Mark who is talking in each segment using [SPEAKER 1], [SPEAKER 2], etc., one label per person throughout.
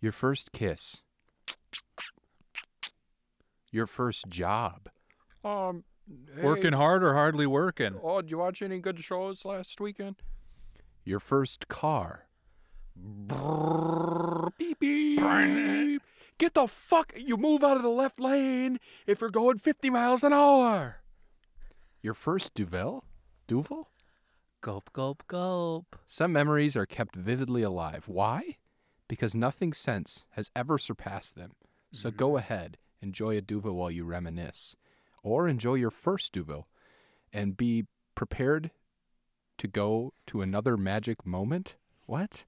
[SPEAKER 1] Your first kiss. Your first job.
[SPEAKER 2] Um,
[SPEAKER 3] Working hard or hardly working?
[SPEAKER 2] Oh, did you watch any good shows last weekend?
[SPEAKER 1] Your first car.
[SPEAKER 2] Beep beep. Get the fuck! You move out of the left lane if you're going 50 miles an hour.
[SPEAKER 1] Your first Duvel? Duvel?
[SPEAKER 3] Gulp, gulp, gulp.
[SPEAKER 1] Some memories are kept vividly alive. Why? Because nothing since has ever surpassed them. So
[SPEAKER 3] Mm.
[SPEAKER 1] go ahead, enjoy a duvel while you reminisce, or enjoy your first duvel, and be prepared to go to another magic moment. What?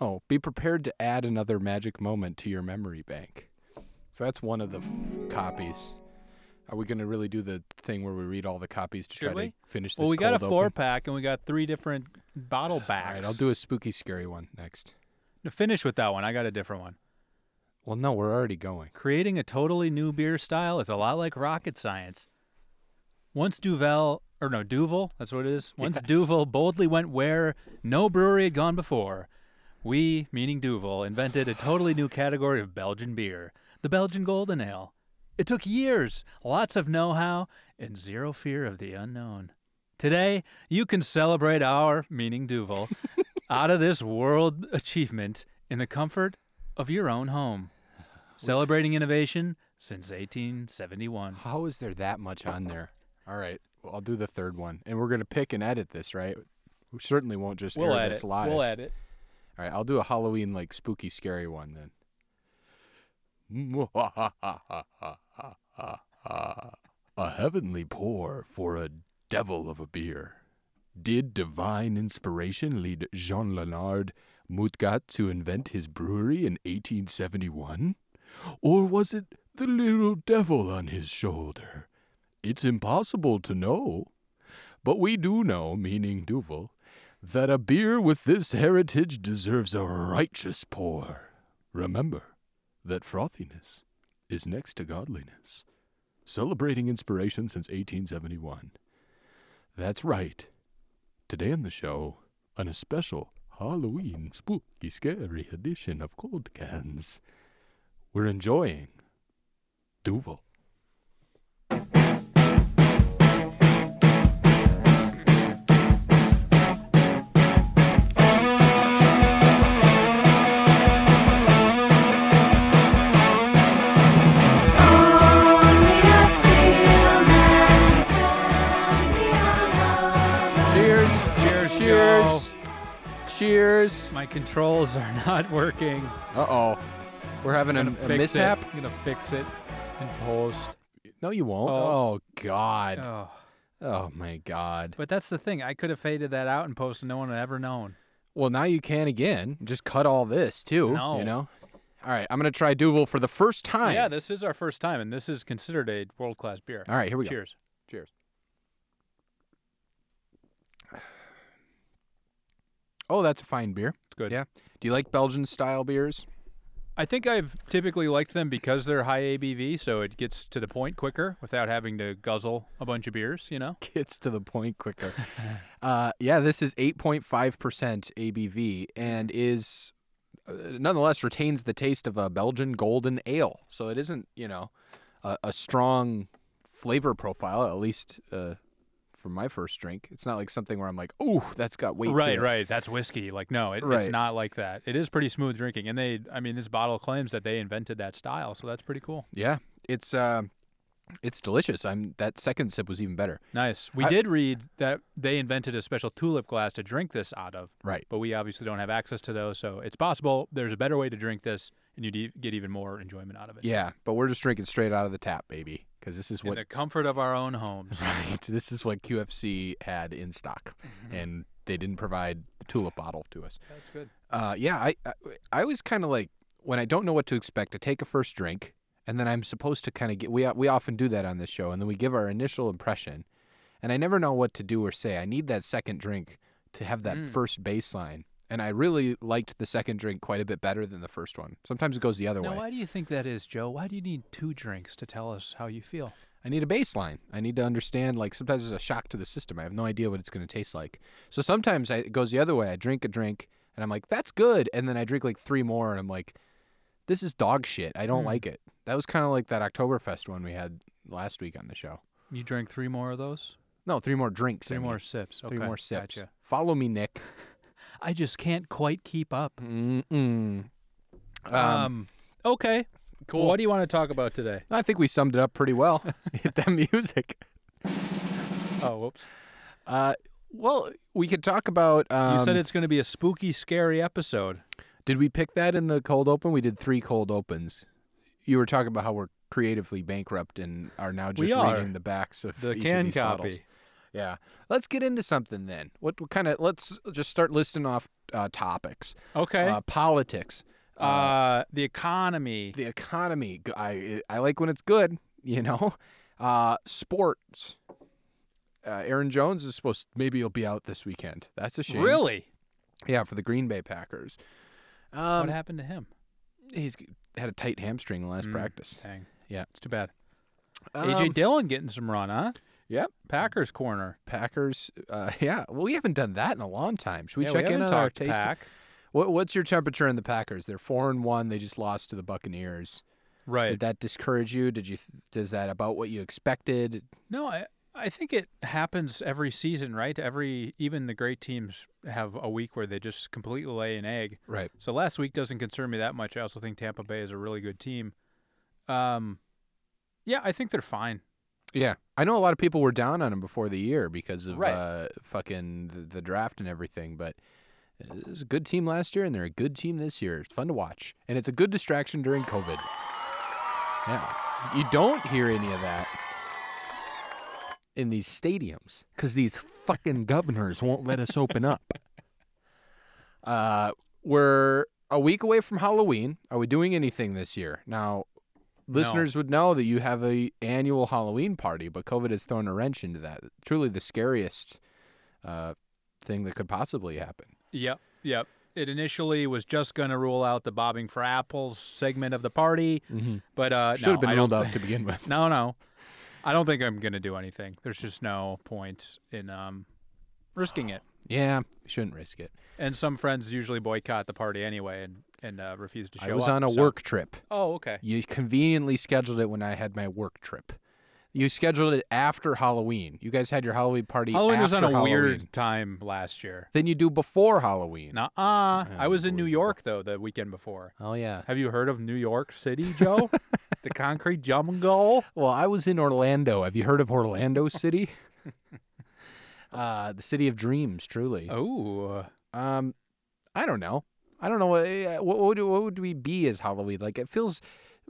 [SPEAKER 1] Oh, be prepared to add another magic moment to your memory bank. So that's one of the f- copies. Are we going to really do the thing where we read all the copies to
[SPEAKER 3] Should
[SPEAKER 1] try
[SPEAKER 3] we?
[SPEAKER 1] to finish this?
[SPEAKER 3] Well, we got a
[SPEAKER 1] cold
[SPEAKER 3] four
[SPEAKER 1] open?
[SPEAKER 3] pack and we got three different bottle backs.
[SPEAKER 1] All right, I'll do a spooky, scary one next.
[SPEAKER 3] No, finish with that one. I got a different one.
[SPEAKER 1] Well, no, we're already going.
[SPEAKER 3] Creating a totally new beer style is a lot like rocket science. Once Duvel, or no, Duvel, that's what it is. Once
[SPEAKER 1] Yes.
[SPEAKER 3] Duvel boldly went where no brewery had gone before, we, meaning Duvel, invented a totally new category of Belgian beer, the Belgian Golden Ale. It took years, lots of know how, and zero fear of the unknown. Today, you can celebrate our, meaning Duvel, out of this world achievement in the comfort of your own home. Celebrating innovation since 1871.
[SPEAKER 1] How is there that much on there? All right, well, I'll do the third one, and we're gonna pick and edit this, right? We certainly won't just
[SPEAKER 3] We'll
[SPEAKER 1] air
[SPEAKER 3] add
[SPEAKER 1] this
[SPEAKER 3] it.
[SPEAKER 1] live.
[SPEAKER 3] We'll add it.
[SPEAKER 1] All right, I'll do a Halloween like spooky, scary one then. a heavenly pour for a devil of a beer. Did divine inspiration lead Jean Leonard Moutgat to invent his brewery in 1871? Or was it the little devil on his shoulder? It's impossible to know. But we do know, meaning Duval, that a beer with this heritage deserves a righteous pour. Remember that frothiness is next to godliness. Celebrating inspiration since 1871. That's right. Today on the show, an especial Halloween spooky scary edition of Cold Cans. We're enjoying Duval. Cheers! Cheers!
[SPEAKER 3] Cheers.
[SPEAKER 1] Cheers!
[SPEAKER 3] My controls are not working.
[SPEAKER 1] Uh oh. We're having a,
[SPEAKER 3] I'm gonna
[SPEAKER 1] a
[SPEAKER 3] fix
[SPEAKER 1] mishap?
[SPEAKER 3] It. I'm gonna fix it in post.
[SPEAKER 1] No, you won't. Oh,
[SPEAKER 3] Oh.
[SPEAKER 1] God. Oh.
[SPEAKER 3] Oh.
[SPEAKER 1] my God.
[SPEAKER 3] But that's the thing. I could have faded that out in post, and no one would have ever known.
[SPEAKER 1] Well, now you can again. Just cut all this too. You
[SPEAKER 3] No.
[SPEAKER 1] know. All right, I'm gonna try Duvel for the first time.
[SPEAKER 3] Yeah, this is our first time, and this is considered a world class beer.
[SPEAKER 1] all right, here we go.
[SPEAKER 3] Cheers.
[SPEAKER 1] Cheers. Oh, that's a fine beer.
[SPEAKER 3] It's good.
[SPEAKER 1] Yeah. Do you like Belgian style beers?
[SPEAKER 3] I think I've typically liked them because they're high ABV, so it gets to the point quicker without having to guzzle a bunch of beers. You know.
[SPEAKER 1] Gets to the point quicker. uh, yeah, this is 8.5% ABV and is uh, nonetheless retains the taste of a Belgian golden ale. So it isn't, you know, a, a strong flavor profile, at least uh, from my first drink. It's not like something where I'm like, oh, that's got weight. to
[SPEAKER 3] Right,
[SPEAKER 1] it."
[SPEAKER 3] right. That's whiskey. Like, no, it,
[SPEAKER 1] Right.
[SPEAKER 3] it's not like that. It is pretty smooth drinking. And they, I mean, this bottle claims that they invented that style. So that's pretty cool.
[SPEAKER 1] Yeah, it's uh, it's delicious. I'm that second sip was even better.
[SPEAKER 3] Nice. We
[SPEAKER 1] I-
[SPEAKER 3] did read that they invented a special tulip glass to drink this out of,
[SPEAKER 1] Right.
[SPEAKER 3] but we obviously don't have access to those. So it's possible there's a better way to drink this and you'd e- get even more enjoyment out of it.
[SPEAKER 1] Yeah, but we're just drinking straight out of the tap, baby, because this is
[SPEAKER 3] In
[SPEAKER 1] what
[SPEAKER 3] the comfort of our own homes.
[SPEAKER 1] Right. This is what QFC had in stock, and they didn't provide the tulip bottle to us.
[SPEAKER 3] That's good.
[SPEAKER 1] Uh, yeah, I I, I always kind of like when I don't know what to expect, I take a first drink, and then I'm supposed to kind of get. We we often do that on this show, and then we give our initial impression, and I never know what to do or say. I need that second drink to have that
[SPEAKER 3] Mm.
[SPEAKER 1] first baseline. And I really liked the second drink quite a bit better than the first one. Sometimes it goes the other
[SPEAKER 3] Now,
[SPEAKER 1] way.
[SPEAKER 3] why do you think that is, Joe? Why do you need two drinks to tell us how you feel?
[SPEAKER 1] I need a baseline. I need to understand. Like sometimes it's a shock to the system. I have no idea what it's going to taste like. So sometimes I, it goes the other way. I drink a drink and I'm like, that's good, and then I drink like three more and I'm like, This is dog shit. I don't
[SPEAKER 3] Hmm.
[SPEAKER 1] like it. That was kind of like that Oktoberfest one we had last week on the show.
[SPEAKER 3] You drank three more of those?
[SPEAKER 1] No, three more drinks. I
[SPEAKER 3] Three
[SPEAKER 1] mean.
[SPEAKER 3] more sips.
[SPEAKER 1] Three
[SPEAKER 3] Okay,
[SPEAKER 1] more sips.
[SPEAKER 3] Gotcha.
[SPEAKER 1] Follow me, Nick.
[SPEAKER 3] I just can't quite keep up.
[SPEAKER 1] Mm-mm. Um,
[SPEAKER 3] Um, okay. Cool. What do you want to talk about today?
[SPEAKER 1] I think we summed it up pretty well. Hit that music.
[SPEAKER 3] Oh, whoops.
[SPEAKER 1] Uh, well, we could talk about. Um,
[SPEAKER 3] you said it's going to be a spooky, scary episode.
[SPEAKER 1] Did we pick that in the cold open? We did three cold opens. You were talking about how we're creatively bankrupt and are now
[SPEAKER 3] We
[SPEAKER 1] just
[SPEAKER 3] are.
[SPEAKER 1] reading the backs of
[SPEAKER 3] The
[SPEAKER 1] each of
[SPEAKER 3] can
[SPEAKER 1] these
[SPEAKER 3] copy.
[SPEAKER 1] bottles. Yeah, let's get into something then. What, what kind of? Let's just start listing off uh, topics.
[SPEAKER 3] Okay.
[SPEAKER 1] Uh, politics,
[SPEAKER 3] Uh, the economy.
[SPEAKER 1] the economy. G- I I like when it's good. You know, uh, sports. Uh, Aaron Jones is supposed. Maybe he'll be out this weekend. That's a shame.
[SPEAKER 3] really?
[SPEAKER 1] Yeah, for the Green Bay Packers.
[SPEAKER 3] what
[SPEAKER 1] Um,
[SPEAKER 3] happened to him?
[SPEAKER 1] he's g- had a tight hamstring last
[SPEAKER 3] Mm.
[SPEAKER 1] practice.
[SPEAKER 3] Dang.
[SPEAKER 1] Yeah.
[SPEAKER 3] It's too bad.
[SPEAKER 1] Um,
[SPEAKER 3] AJ Dillon getting some run, huh?
[SPEAKER 1] Yep.
[SPEAKER 3] Packers corner.
[SPEAKER 1] Packers. Uh, yeah. Well, we haven't done that in a long time. Should we
[SPEAKER 3] Yeah,
[SPEAKER 1] check in on
[SPEAKER 3] haven't
[SPEAKER 1] our
[SPEAKER 3] talked
[SPEAKER 1] taste?
[SPEAKER 3] Pack.
[SPEAKER 1] What, what's your temperature in the Packers? They're four and one. They just lost to the Buccaneers.
[SPEAKER 3] Right.
[SPEAKER 1] Did that discourage you? Did you? Does that about what you expected?
[SPEAKER 3] No, I I think it happens every season, right? Every even the great teams have a week where they just completely lay an egg.
[SPEAKER 1] Right.
[SPEAKER 3] So last week doesn't concern me that much. I also think Tampa Bay is a really good team. Um, yeah, I think they're fine.
[SPEAKER 1] Yeah. I know a lot of people were down on him before the year because of
[SPEAKER 3] Right.
[SPEAKER 1] uh, fucking the, the draft and everything, but. uh, It was a good team last year, and they're a good team this year. It's fun to watch, and it's a good distraction during COVID. Yeah, you don't hear any of that in these stadiums because these fucking governors won't let us open up. Uh, we're a week away from Halloween. Are we doing anything this year? Now, listeners would know that you have a annual Halloween party, but COVID has thrown a wrench into that. Truly, the scariest uh, thing that could possibly happen.
[SPEAKER 3] Yep, yep. It initially was just going to rule out the bobbing for apples segment of the party,
[SPEAKER 1] Mm-hmm.
[SPEAKER 3] but uh,
[SPEAKER 1] Should have
[SPEAKER 3] no,
[SPEAKER 1] been
[SPEAKER 3] I
[SPEAKER 1] ruled
[SPEAKER 3] don't
[SPEAKER 1] out
[SPEAKER 3] thi-
[SPEAKER 1] to begin with.
[SPEAKER 3] No, no, I don't think I'm going to do anything. There's just no point in um, risking it.
[SPEAKER 1] Yeah, shouldn't risk it.
[SPEAKER 3] And some friends usually boycott the party anyway and and uh, refuse to show up.
[SPEAKER 1] I was on a
[SPEAKER 3] so-
[SPEAKER 1] work trip.
[SPEAKER 3] Oh, okay.
[SPEAKER 1] You conveniently scheduled it when I had my work trip. You scheduled it after Halloween. You guys had your Halloween party.
[SPEAKER 3] Halloween was on
[SPEAKER 1] after
[SPEAKER 3] a
[SPEAKER 1] Halloween.
[SPEAKER 3] weird time last year.
[SPEAKER 1] Then you do before Halloween.
[SPEAKER 3] Nah, uh, I was in New
[SPEAKER 1] Unbelievable.
[SPEAKER 3] York though the weekend before.
[SPEAKER 1] Oh yeah.
[SPEAKER 3] Have you heard of New York City, Joe? the concrete jungle.
[SPEAKER 1] Well, I was in Orlando. Have you heard of Orlando City? uh, the city of dreams, truly.
[SPEAKER 3] Oh,
[SPEAKER 1] Um, I don't know. I don't know what eh, what would what would we be as Halloween? Like it feels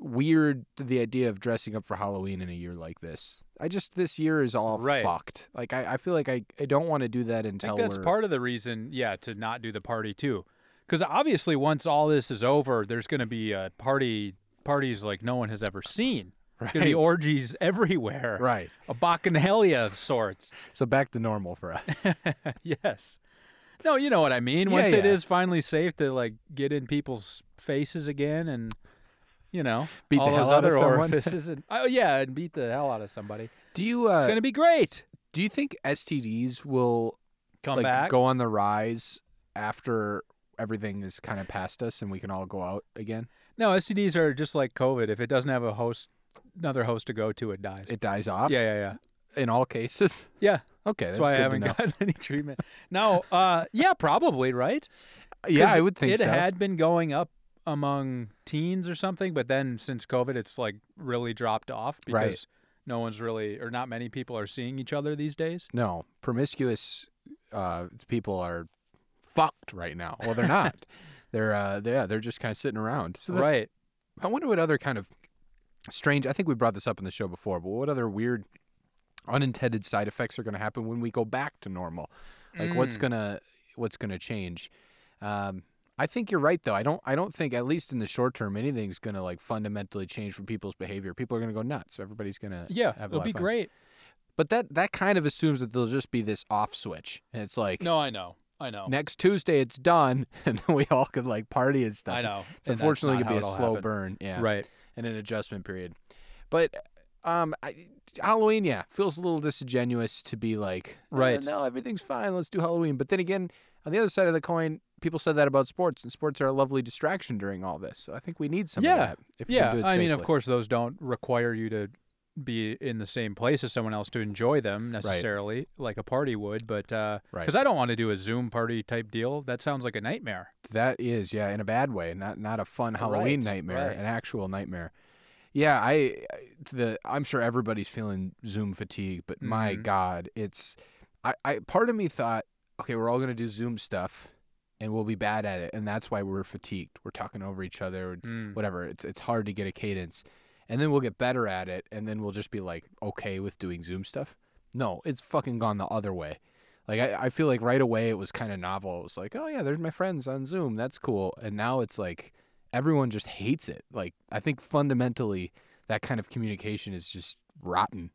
[SPEAKER 1] weird the idea of dressing up for Halloween in a year like this. I just this year is all
[SPEAKER 3] Right.
[SPEAKER 1] fucked. Like I, I feel like I, I don't want to do that
[SPEAKER 3] I think
[SPEAKER 1] until
[SPEAKER 3] that's
[SPEAKER 1] we're,
[SPEAKER 3] part of the reason, yeah, to not do the party too, because obviously once all this is over, there's going to be a party parties like no one has ever seen. There's Going to be
[SPEAKER 1] Right.
[SPEAKER 3] orgies everywhere,
[SPEAKER 1] right.
[SPEAKER 3] a bacchanalia of sorts.
[SPEAKER 1] So back to normal for us.
[SPEAKER 3] yes. No, you know what I mean.
[SPEAKER 1] Yeah,
[SPEAKER 3] Once it
[SPEAKER 1] yeah.
[SPEAKER 3] is finally safe to like get in people's faces again, and you know
[SPEAKER 1] Beat the
[SPEAKER 3] all those
[SPEAKER 1] hell out of
[SPEAKER 3] other
[SPEAKER 1] someone.
[SPEAKER 3] orifices, and oh yeah, and beat the hell out of somebody.
[SPEAKER 1] do you
[SPEAKER 3] It's
[SPEAKER 1] uh,
[SPEAKER 3] gonna be great.
[SPEAKER 1] do you think STDs will
[SPEAKER 3] Come
[SPEAKER 1] like
[SPEAKER 3] back.
[SPEAKER 1] go on the rise after everything is kind of past us and we can all go out again?
[SPEAKER 3] No, STDs are just like COVID. If it doesn't have a host, another host to go to, it dies.
[SPEAKER 1] It dies off
[SPEAKER 3] yeah, yeah, yeah,
[SPEAKER 1] in all cases.
[SPEAKER 3] yeah.
[SPEAKER 1] Okay, that's,
[SPEAKER 3] That's,
[SPEAKER 1] good
[SPEAKER 3] why I
[SPEAKER 1] to
[SPEAKER 3] haven't
[SPEAKER 1] know.
[SPEAKER 3] gotten any treatment. No, uh, yeah, probably right.
[SPEAKER 1] yeah,
[SPEAKER 3] 'Cause
[SPEAKER 1] I would think
[SPEAKER 3] it
[SPEAKER 1] so.
[SPEAKER 3] had been going up among teens or something, but then since COVID, it's like really dropped off because
[SPEAKER 1] Right.
[SPEAKER 3] no one's really or not many people are seeing each other these days.
[SPEAKER 1] No, promiscuous uh, people are fucked right now. Well, they're not. they're uh, they, yeah, they're just kind of sitting around. So that-
[SPEAKER 3] right.
[SPEAKER 1] I wonder what other kind of strange. I think we brought this up in the show before, but what other weird, unintended side effects are going to happen when we go back to normal? Like what's
[SPEAKER 3] Mm.
[SPEAKER 1] gonna what's gonna change? Um, I think you're right though. I don't I don't think at least in the short term anything's gonna like fundamentally change from people's behavior. People are gonna go nuts. Everybody's gonna
[SPEAKER 3] Yeah,
[SPEAKER 1] have a
[SPEAKER 3] it'll
[SPEAKER 1] lot
[SPEAKER 3] be
[SPEAKER 1] of fun.
[SPEAKER 3] great.
[SPEAKER 1] But that that kind of assumes that there'll just be this off switch, and it's like
[SPEAKER 3] No, I know. I know.
[SPEAKER 1] next Tuesday it's done, and then we all could like party and stuff.
[SPEAKER 3] I know.
[SPEAKER 1] It's
[SPEAKER 3] and that's
[SPEAKER 1] unfortunately
[SPEAKER 3] not
[SPEAKER 1] gonna be
[SPEAKER 3] how
[SPEAKER 1] a
[SPEAKER 3] it'll
[SPEAKER 1] slow
[SPEAKER 3] happen.
[SPEAKER 1] burn, yeah,
[SPEAKER 3] Right.
[SPEAKER 1] and an adjustment period. But um, I, Halloween, yeah, feels a little disingenuous to be like, "Uh,
[SPEAKER 3] Right.
[SPEAKER 1] no, everything's fine. Let's do Halloween. But then again, on the other side of the coin, people said that about sports, and sports are a lovely distraction during all this. So I think we need some
[SPEAKER 3] Yeah.
[SPEAKER 1] of that. If we can
[SPEAKER 3] yeah,
[SPEAKER 1] do it
[SPEAKER 3] I mean, of
[SPEAKER 1] safely.
[SPEAKER 3] course, those don't require you to be in the same place as someone else to enjoy them necessarily, like a party would. But because
[SPEAKER 1] Right.
[SPEAKER 3] I don't want to do a Zoom party type deal, that sounds like a nightmare.
[SPEAKER 1] That is, yeah, in a bad way, not not a fun Halloween
[SPEAKER 3] Right,
[SPEAKER 1] nightmare,
[SPEAKER 3] right.
[SPEAKER 1] an actual nightmare. Yeah, I I- the I'm sure everybody's feeling Zoom fatigue, but my
[SPEAKER 3] Mhm.
[SPEAKER 1] God, it's I, I part of me thought, okay, we're all gonna do Zoom stuff, and we'll be bad at it, and that's why we're fatigued. We're talking over each other,
[SPEAKER 3] Mm.
[SPEAKER 1] whatever. It's it's hard to get a cadence, and then we'll get better at it, and then we'll just be like okay with doing Zoom stuff. No, it's fucking gone the other way. Like I, I feel like right away it was kind of novel. It was like, oh yeah, there's my friends on Zoom. That's cool. And now it's like everyone just hates it. Like I think fundamentally that kind of communication is just rotten.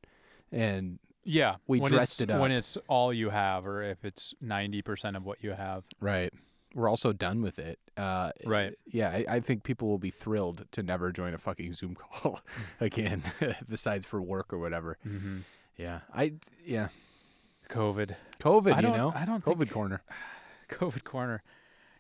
[SPEAKER 1] And
[SPEAKER 3] Yeah,
[SPEAKER 1] We
[SPEAKER 3] when
[SPEAKER 1] dressed
[SPEAKER 3] it's-
[SPEAKER 1] it up.
[SPEAKER 3] when it's all you have, or if it's ninety percent of what you have.
[SPEAKER 1] right, we're also done with it. Uh,
[SPEAKER 3] Right.
[SPEAKER 1] Yeah, I, I think people will be thrilled to never join a fucking Zoom call again, besides for work or whatever.
[SPEAKER 3] Mm-hmm.
[SPEAKER 1] Yeah, I yeah,
[SPEAKER 3] COVID,
[SPEAKER 1] COVID.
[SPEAKER 3] I
[SPEAKER 1] you
[SPEAKER 3] don't-
[SPEAKER 1] know,
[SPEAKER 3] I don't
[SPEAKER 1] COVID
[SPEAKER 3] think-
[SPEAKER 1] corner.
[SPEAKER 3] COVID corner.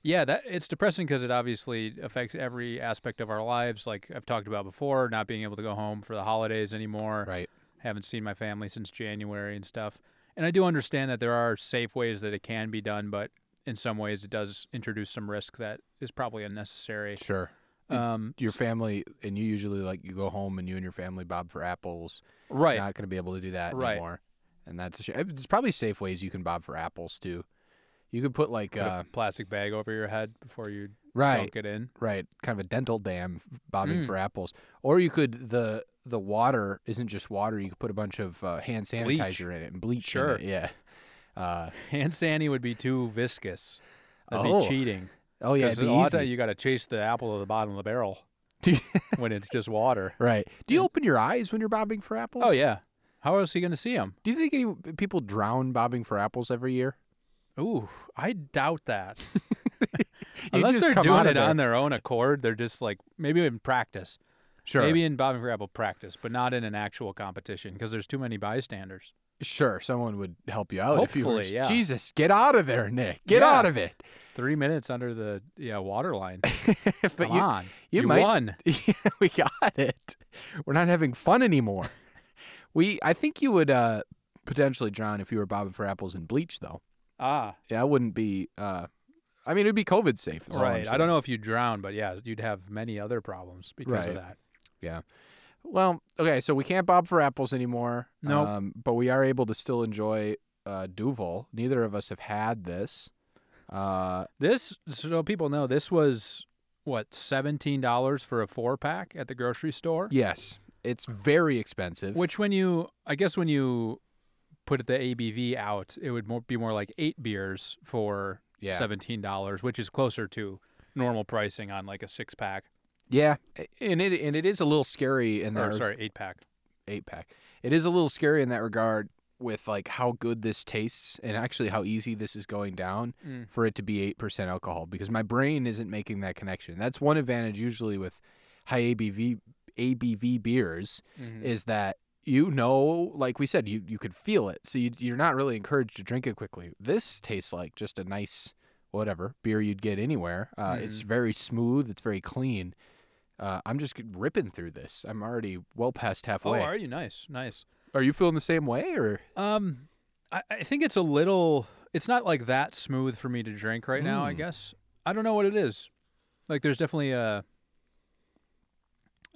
[SPEAKER 3] Yeah, that it's depressing because it obviously affects every aspect of our lives. Like I've talked about before, not being able to go home for the holidays anymore.
[SPEAKER 1] Right.
[SPEAKER 3] haven't seen my family since January and stuff. And I do understand that there are safe ways that it can be done, but in some ways it does introduce some risk that is probably unnecessary.
[SPEAKER 1] Sure.
[SPEAKER 3] Um,
[SPEAKER 1] Your family and you usually like you go home and you and your family bob for apples.
[SPEAKER 3] right.
[SPEAKER 1] not going to be able to do that
[SPEAKER 3] Right.
[SPEAKER 1] anymore. And that's a shame. There's probably safe ways you can bob for apples too. You could put like
[SPEAKER 3] Put a
[SPEAKER 1] uh,
[SPEAKER 3] plastic bag over your head before you
[SPEAKER 1] right,
[SPEAKER 3] dunk it in.
[SPEAKER 1] right, kind of a dental dam bobbing
[SPEAKER 3] Mm.
[SPEAKER 1] for apples, or you could the the water isn't just water. You could put a bunch of uh, hand
[SPEAKER 3] Bleach.
[SPEAKER 1] sanitizer in it and bleach. in
[SPEAKER 3] Sure.
[SPEAKER 1] it, yeah. Uh,
[SPEAKER 3] Hand sandy would be too viscous. That'd
[SPEAKER 1] Oh,
[SPEAKER 3] be cheating.
[SPEAKER 1] oh yeah,
[SPEAKER 3] 'Cause
[SPEAKER 1] it'd
[SPEAKER 3] a
[SPEAKER 1] be
[SPEAKER 3] lot of
[SPEAKER 1] easy.
[SPEAKER 3] time you got to chase the apple to the bottom of the barrel
[SPEAKER 1] Do you-
[SPEAKER 3] when it's just water.
[SPEAKER 1] right. Do you open your eyes when you're bobbing for apples?
[SPEAKER 3] Oh yeah. How else are you going to see them?
[SPEAKER 1] Do you think any people drown bobbing for apples every year?
[SPEAKER 3] Ooh, I doubt that.
[SPEAKER 1] You
[SPEAKER 3] Unless
[SPEAKER 1] just
[SPEAKER 3] they're
[SPEAKER 1] come
[SPEAKER 3] doing
[SPEAKER 1] out of
[SPEAKER 3] it
[SPEAKER 1] there.
[SPEAKER 3] on their own accord, they're just like maybe in practice,
[SPEAKER 1] Sure.
[SPEAKER 3] maybe in bobbing for apple practice, but not in an actual competition because there's too many bystanders.
[SPEAKER 1] Sure, someone would help you out if you were.
[SPEAKER 3] Hopefully, yeah.
[SPEAKER 1] Jesus, get out of there, Nick. Get
[SPEAKER 3] Yeah.
[SPEAKER 1] out of it.
[SPEAKER 3] Three minutes under the yeah water line.
[SPEAKER 1] but
[SPEAKER 3] Come
[SPEAKER 1] you,
[SPEAKER 3] on,
[SPEAKER 1] you might-
[SPEAKER 3] won.
[SPEAKER 1] Yeah, we got it. We're not having fun anymore. we, I think you would uh, potentially drown if you were bobbing for apples in bleach, though.
[SPEAKER 3] Ah,
[SPEAKER 1] Yeah, I wouldn't be. Uh, I mean, it'd be COVID safe. is all I'm
[SPEAKER 3] right. I don't
[SPEAKER 1] saying.
[SPEAKER 3] know if you drown, but yeah, you'd have many other problems because
[SPEAKER 1] Right.
[SPEAKER 3] of that.
[SPEAKER 1] Well, okay, so we can't bob for apples anymore.
[SPEAKER 3] Nope.
[SPEAKER 1] Um, but we are able to still enjoy uh, Duval. Neither of us have had this. Uh,
[SPEAKER 3] This so people know this was what seventeen dollars for a four pack at the grocery store.
[SPEAKER 1] yes, it's very expensive.
[SPEAKER 3] Which, when you, I guess, when you put the ABV out, it would more, be more like eight beers for
[SPEAKER 1] yeah.
[SPEAKER 3] seventeen dollars, which is closer to normal pricing on like a six pack
[SPEAKER 1] Yeah, a- and it and it is a little scary in that
[SPEAKER 3] or
[SPEAKER 1] reg-
[SPEAKER 3] sorry, eight pack.
[SPEAKER 1] eight pack. It is a little scary in that regard with like how good this tastes and actually how easy this is going down
[SPEAKER 3] Mm.
[SPEAKER 1] for it to be eight percent alcohol because my brain isn't making that connection. That's one advantage usually with high ABV ABV beers
[SPEAKER 3] Mm-hmm.
[SPEAKER 1] is that you know, like we said, you you could feel it, so you, you're not really encouraged to drink it quickly. This tastes like just a nice whatever beer you'd get anywhere. Uh, It's
[SPEAKER 3] Mm-hmm.
[SPEAKER 1] very smooth. It's very clean. Uh, I'm just ripping through this. I'm already well past
[SPEAKER 3] Oh,
[SPEAKER 1] halfway.
[SPEAKER 3] are you nice? Nice.
[SPEAKER 1] Are you feeling the same way, or
[SPEAKER 3] Um, I, I think it's a little. It's not like that smooth for me to drink right now. I
[SPEAKER 1] Mm.
[SPEAKER 3] guess I don't know what it is. Like, there's definitely a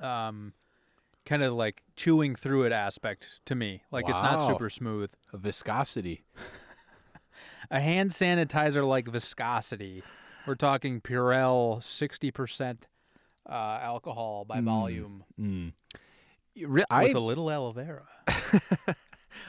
[SPEAKER 3] um, kind of like chewing through it aspect to me. Like, it's not
[SPEAKER 1] Wow.
[SPEAKER 3] super smooth.
[SPEAKER 1] a viscosity?
[SPEAKER 3] A hand sanitizer like viscosity. We're talking Purell, sixty percent uh, alcohol by
[SPEAKER 1] Mm.
[SPEAKER 3] volume,
[SPEAKER 1] Mm. You re- I
[SPEAKER 3] with a little aloe vera.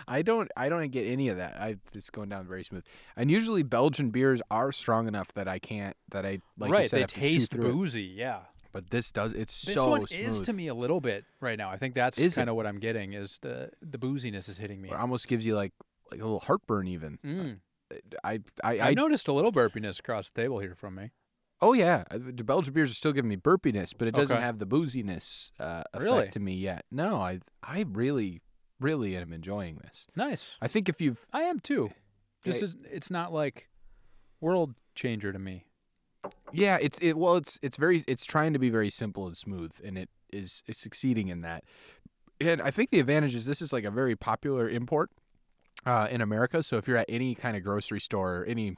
[SPEAKER 1] I don't I don't get any of that. I it's going down very smooth. And usually Belgian beers are strong enough that I can't that I like you
[SPEAKER 3] right,
[SPEAKER 1] said,
[SPEAKER 3] they
[SPEAKER 1] have to chew
[SPEAKER 3] taste
[SPEAKER 1] through it.
[SPEAKER 3] boozy. Yeah.
[SPEAKER 1] But this does it's
[SPEAKER 3] This
[SPEAKER 1] so
[SPEAKER 3] one
[SPEAKER 1] smooth.
[SPEAKER 3] is to me a little bit right now. I think that's
[SPEAKER 1] Is
[SPEAKER 3] kind of what I'm getting is the the booziness is hitting me.
[SPEAKER 1] It almost gives you like like a little heartburn even.
[SPEAKER 3] Mm.
[SPEAKER 1] I I,
[SPEAKER 3] I,
[SPEAKER 1] I,
[SPEAKER 3] noticed a little burpiness across the table here from me.
[SPEAKER 1] oh yeah, uh, the Belgian beers are still giving me burpiness, but it doesn't
[SPEAKER 3] Okay.
[SPEAKER 1] have the booziness uh, effect
[SPEAKER 3] Really?
[SPEAKER 1] to me yet. No, I I really really am enjoying this.
[SPEAKER 3] Nice.
[SPEAKER 1] I think if you've
[SPEAKER 3] I am too. This
[SPEAKER 1] Hey.
[SPEAKER 3] is it's not like world changer to me.
[SPEAKER 1] Yeah, it's it well it's it's very it's trying to be very simple and smooth and it is is succeeding in that. And I think the advantage is this is like a very popular import uh, in America. So if you're at any kind of grocery store, or any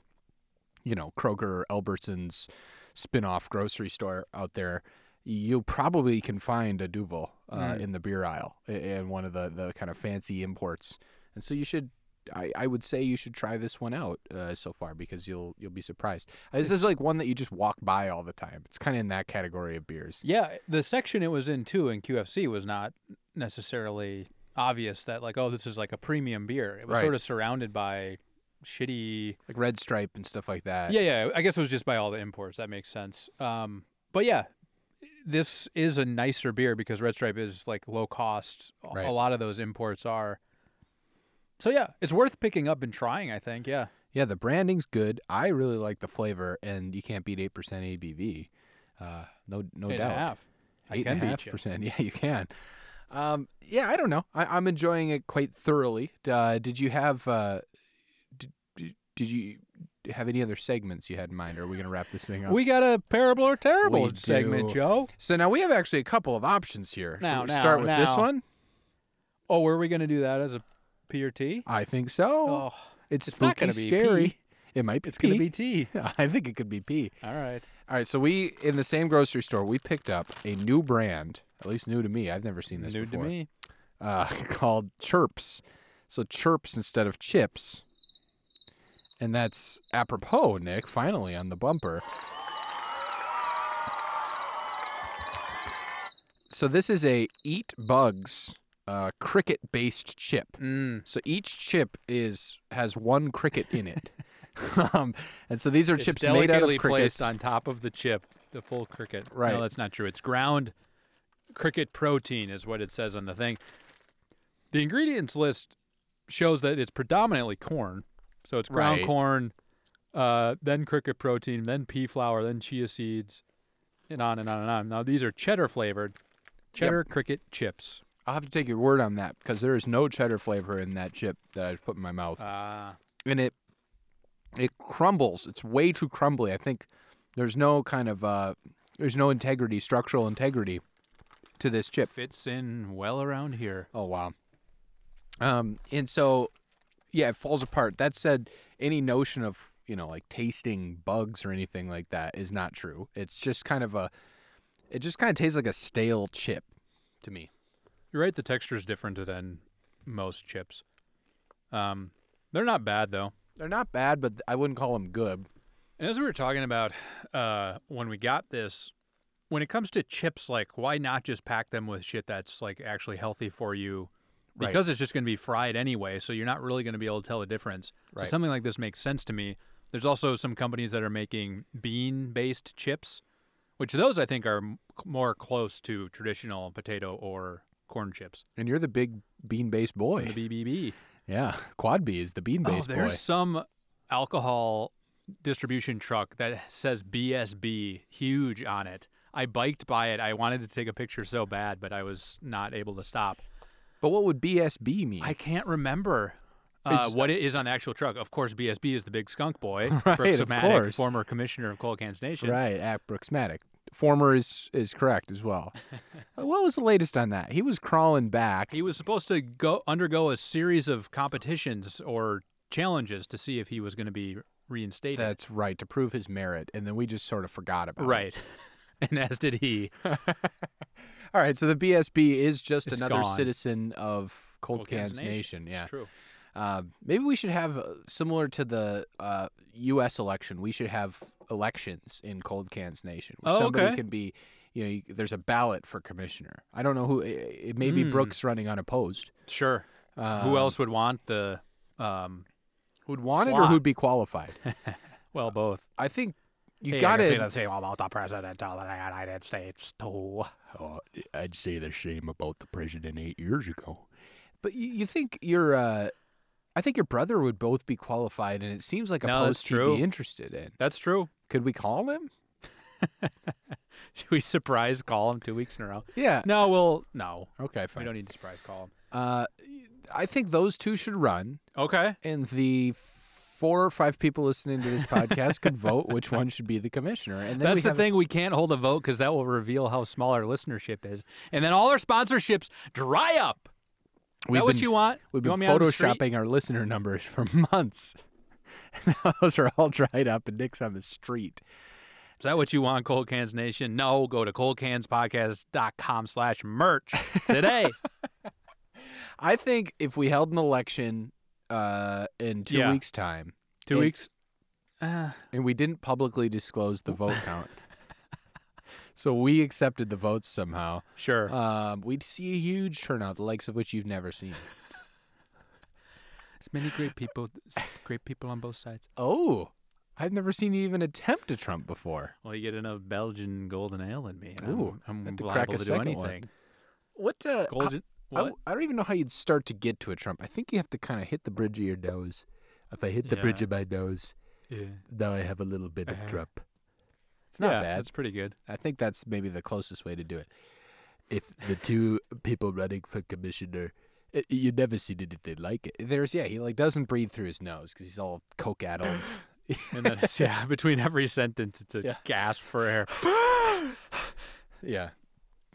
[SPEAKER 1] you know, Kroger or Albertsons spin-off grocery store out there, you probably can find a Duvel uh,
[SPEAKER 3] Mm.
[SPEAKER 1] in the beer aisle i- in one of the the kind of fancy imports. And so you should I, I would say you should try this one out uh, so far because you'll you'll be surprised. Uh, This is like one that you just walk by all the time. It's kind of in that category of beers.
[SPEAKER 3] Yeah, the section it was in too in QFC was not necessarily obvious that like oh this is like a premium beer. It was
[SPEAKER 1] Right.
[SPEAKER 3] sort of surrounded by shitty.
[SPEAKER 1] Like Red Stripe and stuff like that.
[SPEAKER 3] Yeah, yeah. I guess it was just by all the imports. That makes sense. Um, but yeah, this is a nicer beer because Red Stripe is like low cost. A-
[SPEAKER 1] Right.
[SPEAKER 3] A lot of those imports are. So yeah, it's worth picking up and trying. I think. Yeah.
[SPEAKER 1] Yeah, the branding's good. I really like the flavor, and you can't beat eight percent ABV. Uh, no, no
[SPEAKER 3] Eight and a
[SPEAKER 1] doubt.
[SPEAKER 3] half. I
[SPEAKER 1] Eight
[SPEAKER 3] can
[SPEAKER 1] and a
[SPEAKER 3] beat
[SPEAKER 1] half
[SPEAKER 3] you.
[SPEAKER 1] percent. Yeah, you can. Um, yeah, I don't know. I, I'm enjoying it quite thoroughly. Uh, did you have? Uh, did, did, did you have any other segments you had in mind? Or are we gonna wrap this thing up?
[SPEAKER 3] We got a parable or terrible
[SPEAKER 1] We
[SPEAKER 3] segment,
[SPEAKER 1] do.
[SPEAKER 3] Joe.
[SPEAKER 1] so now we have actually a couple of options here. Should
[SPEAKER 3] Now,
[SPEAKER 1] we
[SPEAKER 3] now,
[SPEAKER 1] start with this
[SPEAKER 3] now.
[SPEAKER 1] one?
[SPEAKER 3] Oh, were we going to do that as a P or T?
[SPEAKER 1] I think so.
[SPEAKER 3] Oh,
[SPEAKER 1] it's
[SPEAKER 3] it's
[SPEAKER 1] spooky,
[SPEAKER 3] not gonna be
[SPEAKER 1] scary.
[SPEAKER 3] pee.
[SPEAKER 1] It might be.
[SPEAKER 3] it's going to be T.
[SPEAKER 1] I think it could be pee.
[SPEAKER 3] All right.
[SPEAKER 1] All right, so we in the same grocery store we picked up a new brand, at least new to me. I've never seen this
[SPEAKER 3] New
[SPEAKER 1] before.
[SPEAKER 3] to me.
[SPEAKER 1] Uh, called Chirps. So Chirps instead of chips, and that's apropos, Nick. Finally on the bumper. So this is a eat bugs uh, cricket based chip.
[SPEAKER 3] Mm.
[SPEAKER 1] So each chip is has one cricket in it. um, and so these are
[SPEAKER 3] It's
[SPEAKER 1] chips made out of
[SPEAKER 3] delicately
[SPEAKER 1] crickets.
[SPEAKER 3] placed on top of the chip, the full cricket.
[SPEAKER 1] Right.
[SPEAKER 3] No, that's not true. It's ground cricket protein is what it says on the thing. The ingredients list shows that it's predominantly corn. So it's ground
[SPEAKER 1] Right.
[SPEAKER 3] corn, uh, then cricket protein, then pea flour, then chia seeds, and on and on and on. Now these are cheddar flavored, cheddar cricket chips.
[SPEAKER 1] I'll have to take your word on that because there is no cheddar flavor in that chip that I put in my mouth,
[SPEAKER 3] Ah.
[SPEAKER 1] and it it crumbles. It's way too crumbly. I think there's no kind of uh, there's no integrity, structural integrity to this chip.
[SPEAKER 3] fits in well around here.
[SPEAKER 1] Oh wow. Um, and so, yeah, it falls apart. That said, any notion of you know like tasting bugs or anything like that is not true. It's just kind of a, it just kind of tastes like a stale chip, to me.
[SPEAKER 3] You're right, the texture's different than most chips. Um, they're not bad though.
[SPEAKER 1] They're not bad, but I wouldn't call them good.
[SPEAKER 3] And as we were talking about uh, when we got this, when it comes to chips, like why not just pack them with shit that's like actually healthy for you?
[SPEAKER 1] Right.
[SPEAKER 3] Because it's just going to be fried anyway, so you're not really going to be able to tell the difference.
[SPEAKER 1] Right.
[SPEAKER 3] So something like this makes sense to me. There's also some companies that are making bean-based chips, which those I think are m- more close to traditional potato or corn chips.
[SPEAKER 1] And you're the big bean based boy.
[SPEAKER 3] The BBB.
[SPEAKER 1] yeah, quad B is the bean
[SPEAKER 3] Oh,
[SPEAKER 1] based boy.
[SPEAKER 3] there's some alcohol distribution truck that says BSB huge on it. I biked by it. I wanted to take a picture so bad, but I was not able to stop.
[SPEAKER 1] But what would BSB mean?
[SPEAKER 3] I can't remember uh,
[SPEAKER 1] It's-
[SPEAKER 3] what it is on the actual truck. Of course, BSB is the big skunk boy,
[SPEAKER 1] Right,
[SPEAKER 3] Brooks
[SPEAKER 1] of
[SPEAKER 3] O'Matic,
[SPEAKER 1] course.
[SPEAKER 3] former commissioner of Coal Cans Nation.
[SPEAKER 1] right, at Brooksmatic. Former is is correct as well. Uh, what was the latest on that? He was crawling back.
[SPEAKER 3] He was supposed to go undergo a series of competitions or challenges to see if he was going to be reinstated.
[SPEAKER 1] That's right, to prove his merit. And then we just sort of forgot about it.
[SPEAKER 3] right. and as did he.
[SPEAKER 1] All right, so the BSB is just
[SPEAKER 3] It's
[SPEAKER 1] another
[SPEAKER 3] gone.
[SPEAKER 1] citizen of Cold,
[SPEAKER 3] Coal
[SPEAKER 1] Cans, Nation.
[SPEAKER 3] It's
[SPEAKER 1] Yeah.
[SPEAKER 3] true.
[SPEAKER 1] Uh, maybe we should have, uh, similar to the uh, U.S. election, we should have elections in Cold Cans Nation. Where
[SPEAKER 3] Oh,
[SPEAKER 1] somebody
[SPEAKER 3] okay.
[SPEAKER 1] can be, you know, you, there's a ballot for commissioner. I don't know who, it, it may be
[SPEAKER 3] Mm.
[SPEAKER 1] Brooks running unopposed.
[SPEAKER 3] Sure.
[SPEAKER 1] Um,
[SPEAKER 3] Who else would want the? Um,
[SPEAKER 1] Who'd want it or
[SPEAKER 3] slot?
[SPEAKER 1] who'd be qualified?
[SPEAKER 3] well, both.
[SPEAKER 1] I think you
[SPEAKER 3] Hey, I
[SPEAKER 1] got
[SPEAKER 3] can say
[SPEAKER 1] to.
[SPEAKER 3] the same about the president of the United States too.
[SPEAKER 4] Oh, I'd say the same about the president eight years ago.
[SPEAKER 1] But you, you think your, uh, I think your brother would both be qualified, and it seems like a
[SPEAKER 3] No, that's
[SPEAKER 1] post he'd
[SPEAKER 3] true.
[SPEAKER 1] be interested in.
[SPEAKER 3] That's true.
[SPEAKER 1] Could we call him?
[SPEAKER 3] Should we surprise call him two weeks in a row?
[SPEAKER 1] Yeah.
[SPEAKER 3] No, we'll no.
[SPEAKER 1] Okay,
[SPEAKER 3] We
[SPEAKER 1] fine.
[SPEAKER 3] don't need to surprise call him.
[SPEAKER 1] Uh, I think those two should run,
[SPEAKER 3] Okay.
[SPEAKER 1] and the four or five people listening to this podcast could vote which one should be the commissioner. And then we
[SPEAKER 3] That's the
[SPEAKER 1] have-
[SPEAKER 3] thing. We can't hold a vote because that will reveal how small our listenership is. And then all our sponsorships dry up. Is
[SPEAKER 1] We've
[SPEAKER 3] that what
[SPEAKER 1] been-
[SPEAKER 3] you want?
[SPEAKER 1] We've
[SPEAKER 3] you
[SPEAKER 1] been
[SPEAKER 3] want me out on the street?
[SPEAKER 1] photoshopping our listener numbers for months. Those are all dried up, and Nick's on the street.
[SPEAKER 3] Is that what you want, Cold Cans Nation? No, go to coldcanspodcast.com slash merch today.
[SPEAKER 1] I think if we held an election uh, in two
[SPEAKER 3] Yeah.
[SPEAKER 1] weeks' time
[SPEAKER 3] Two
[SPEAKER 1] It-
[SPEAKER 3] weeks. Uh,
[SPEAKER 1] and we didn't publicly disclose the vote count, so we accepted the votes somehow,
[SPEAKER 3] sure.
[SPEAKER 1] um, we'd see a huge turnout, the likes of which you've never seen.
[SPEAKER 3] There's many great people, s- great people on both sides.
[SPEAKER 1] Oh, I've never seen you even attempt a Trump before.
[SPEAKER 3] Well, you get enough Belgian golden ale in me. And
[SPEAKER 1] Ooh,
[SPEAKER 3] I'm, I'm
[SPEAKER 1] had to
[SPEAKER 3] liable
[SPEAKER 1] crack a
[SPEAKER 3] to do
[SPEAKER 1] second one.
[SPEAKER 3] anything.
[SPEAKER 1] What? Uh, I-
[SPEAKER 3] Golden.
[SPEAKER 1] I,
[SPEAKER 3] What?
[SPEAKER 1] I don't even know how you'd start to get to a Trump. I think you have to kind of hit the bridge of your nose. If I hit the bridge
[SPEAKER 3] Yeah.
[SPEAKER 1] of my nose,
[SPEAKER 3] yeah.
[SPEAKER 1] now I have a little bit
[SPEAKER 3] Uh-huh.
[SPEAKER 1] of Trump. It's not
[SPEAKER 3] yeah,
[SPEAKER 1] bad.
[SPEAKER 3] That's pretty good.
[SPEAKER 1] I think that's maybe the closest way to do it.
[SPEAKER 5] If the two people running for commissioner,
[SPEAKER 1] eh,
[SPEAKER 5] i- you never seen anything like it.
[SPEAKER 1] There's yeah, he like doesn't breathe through his nose because he's all coke addled.
[SPEAKER 3] And then it's, yeah, between every sentence, it's a
[SPEAKER 1] Yeah.
[SPEAKER 3] gasp for air.
[SPEAKER 1] yeah.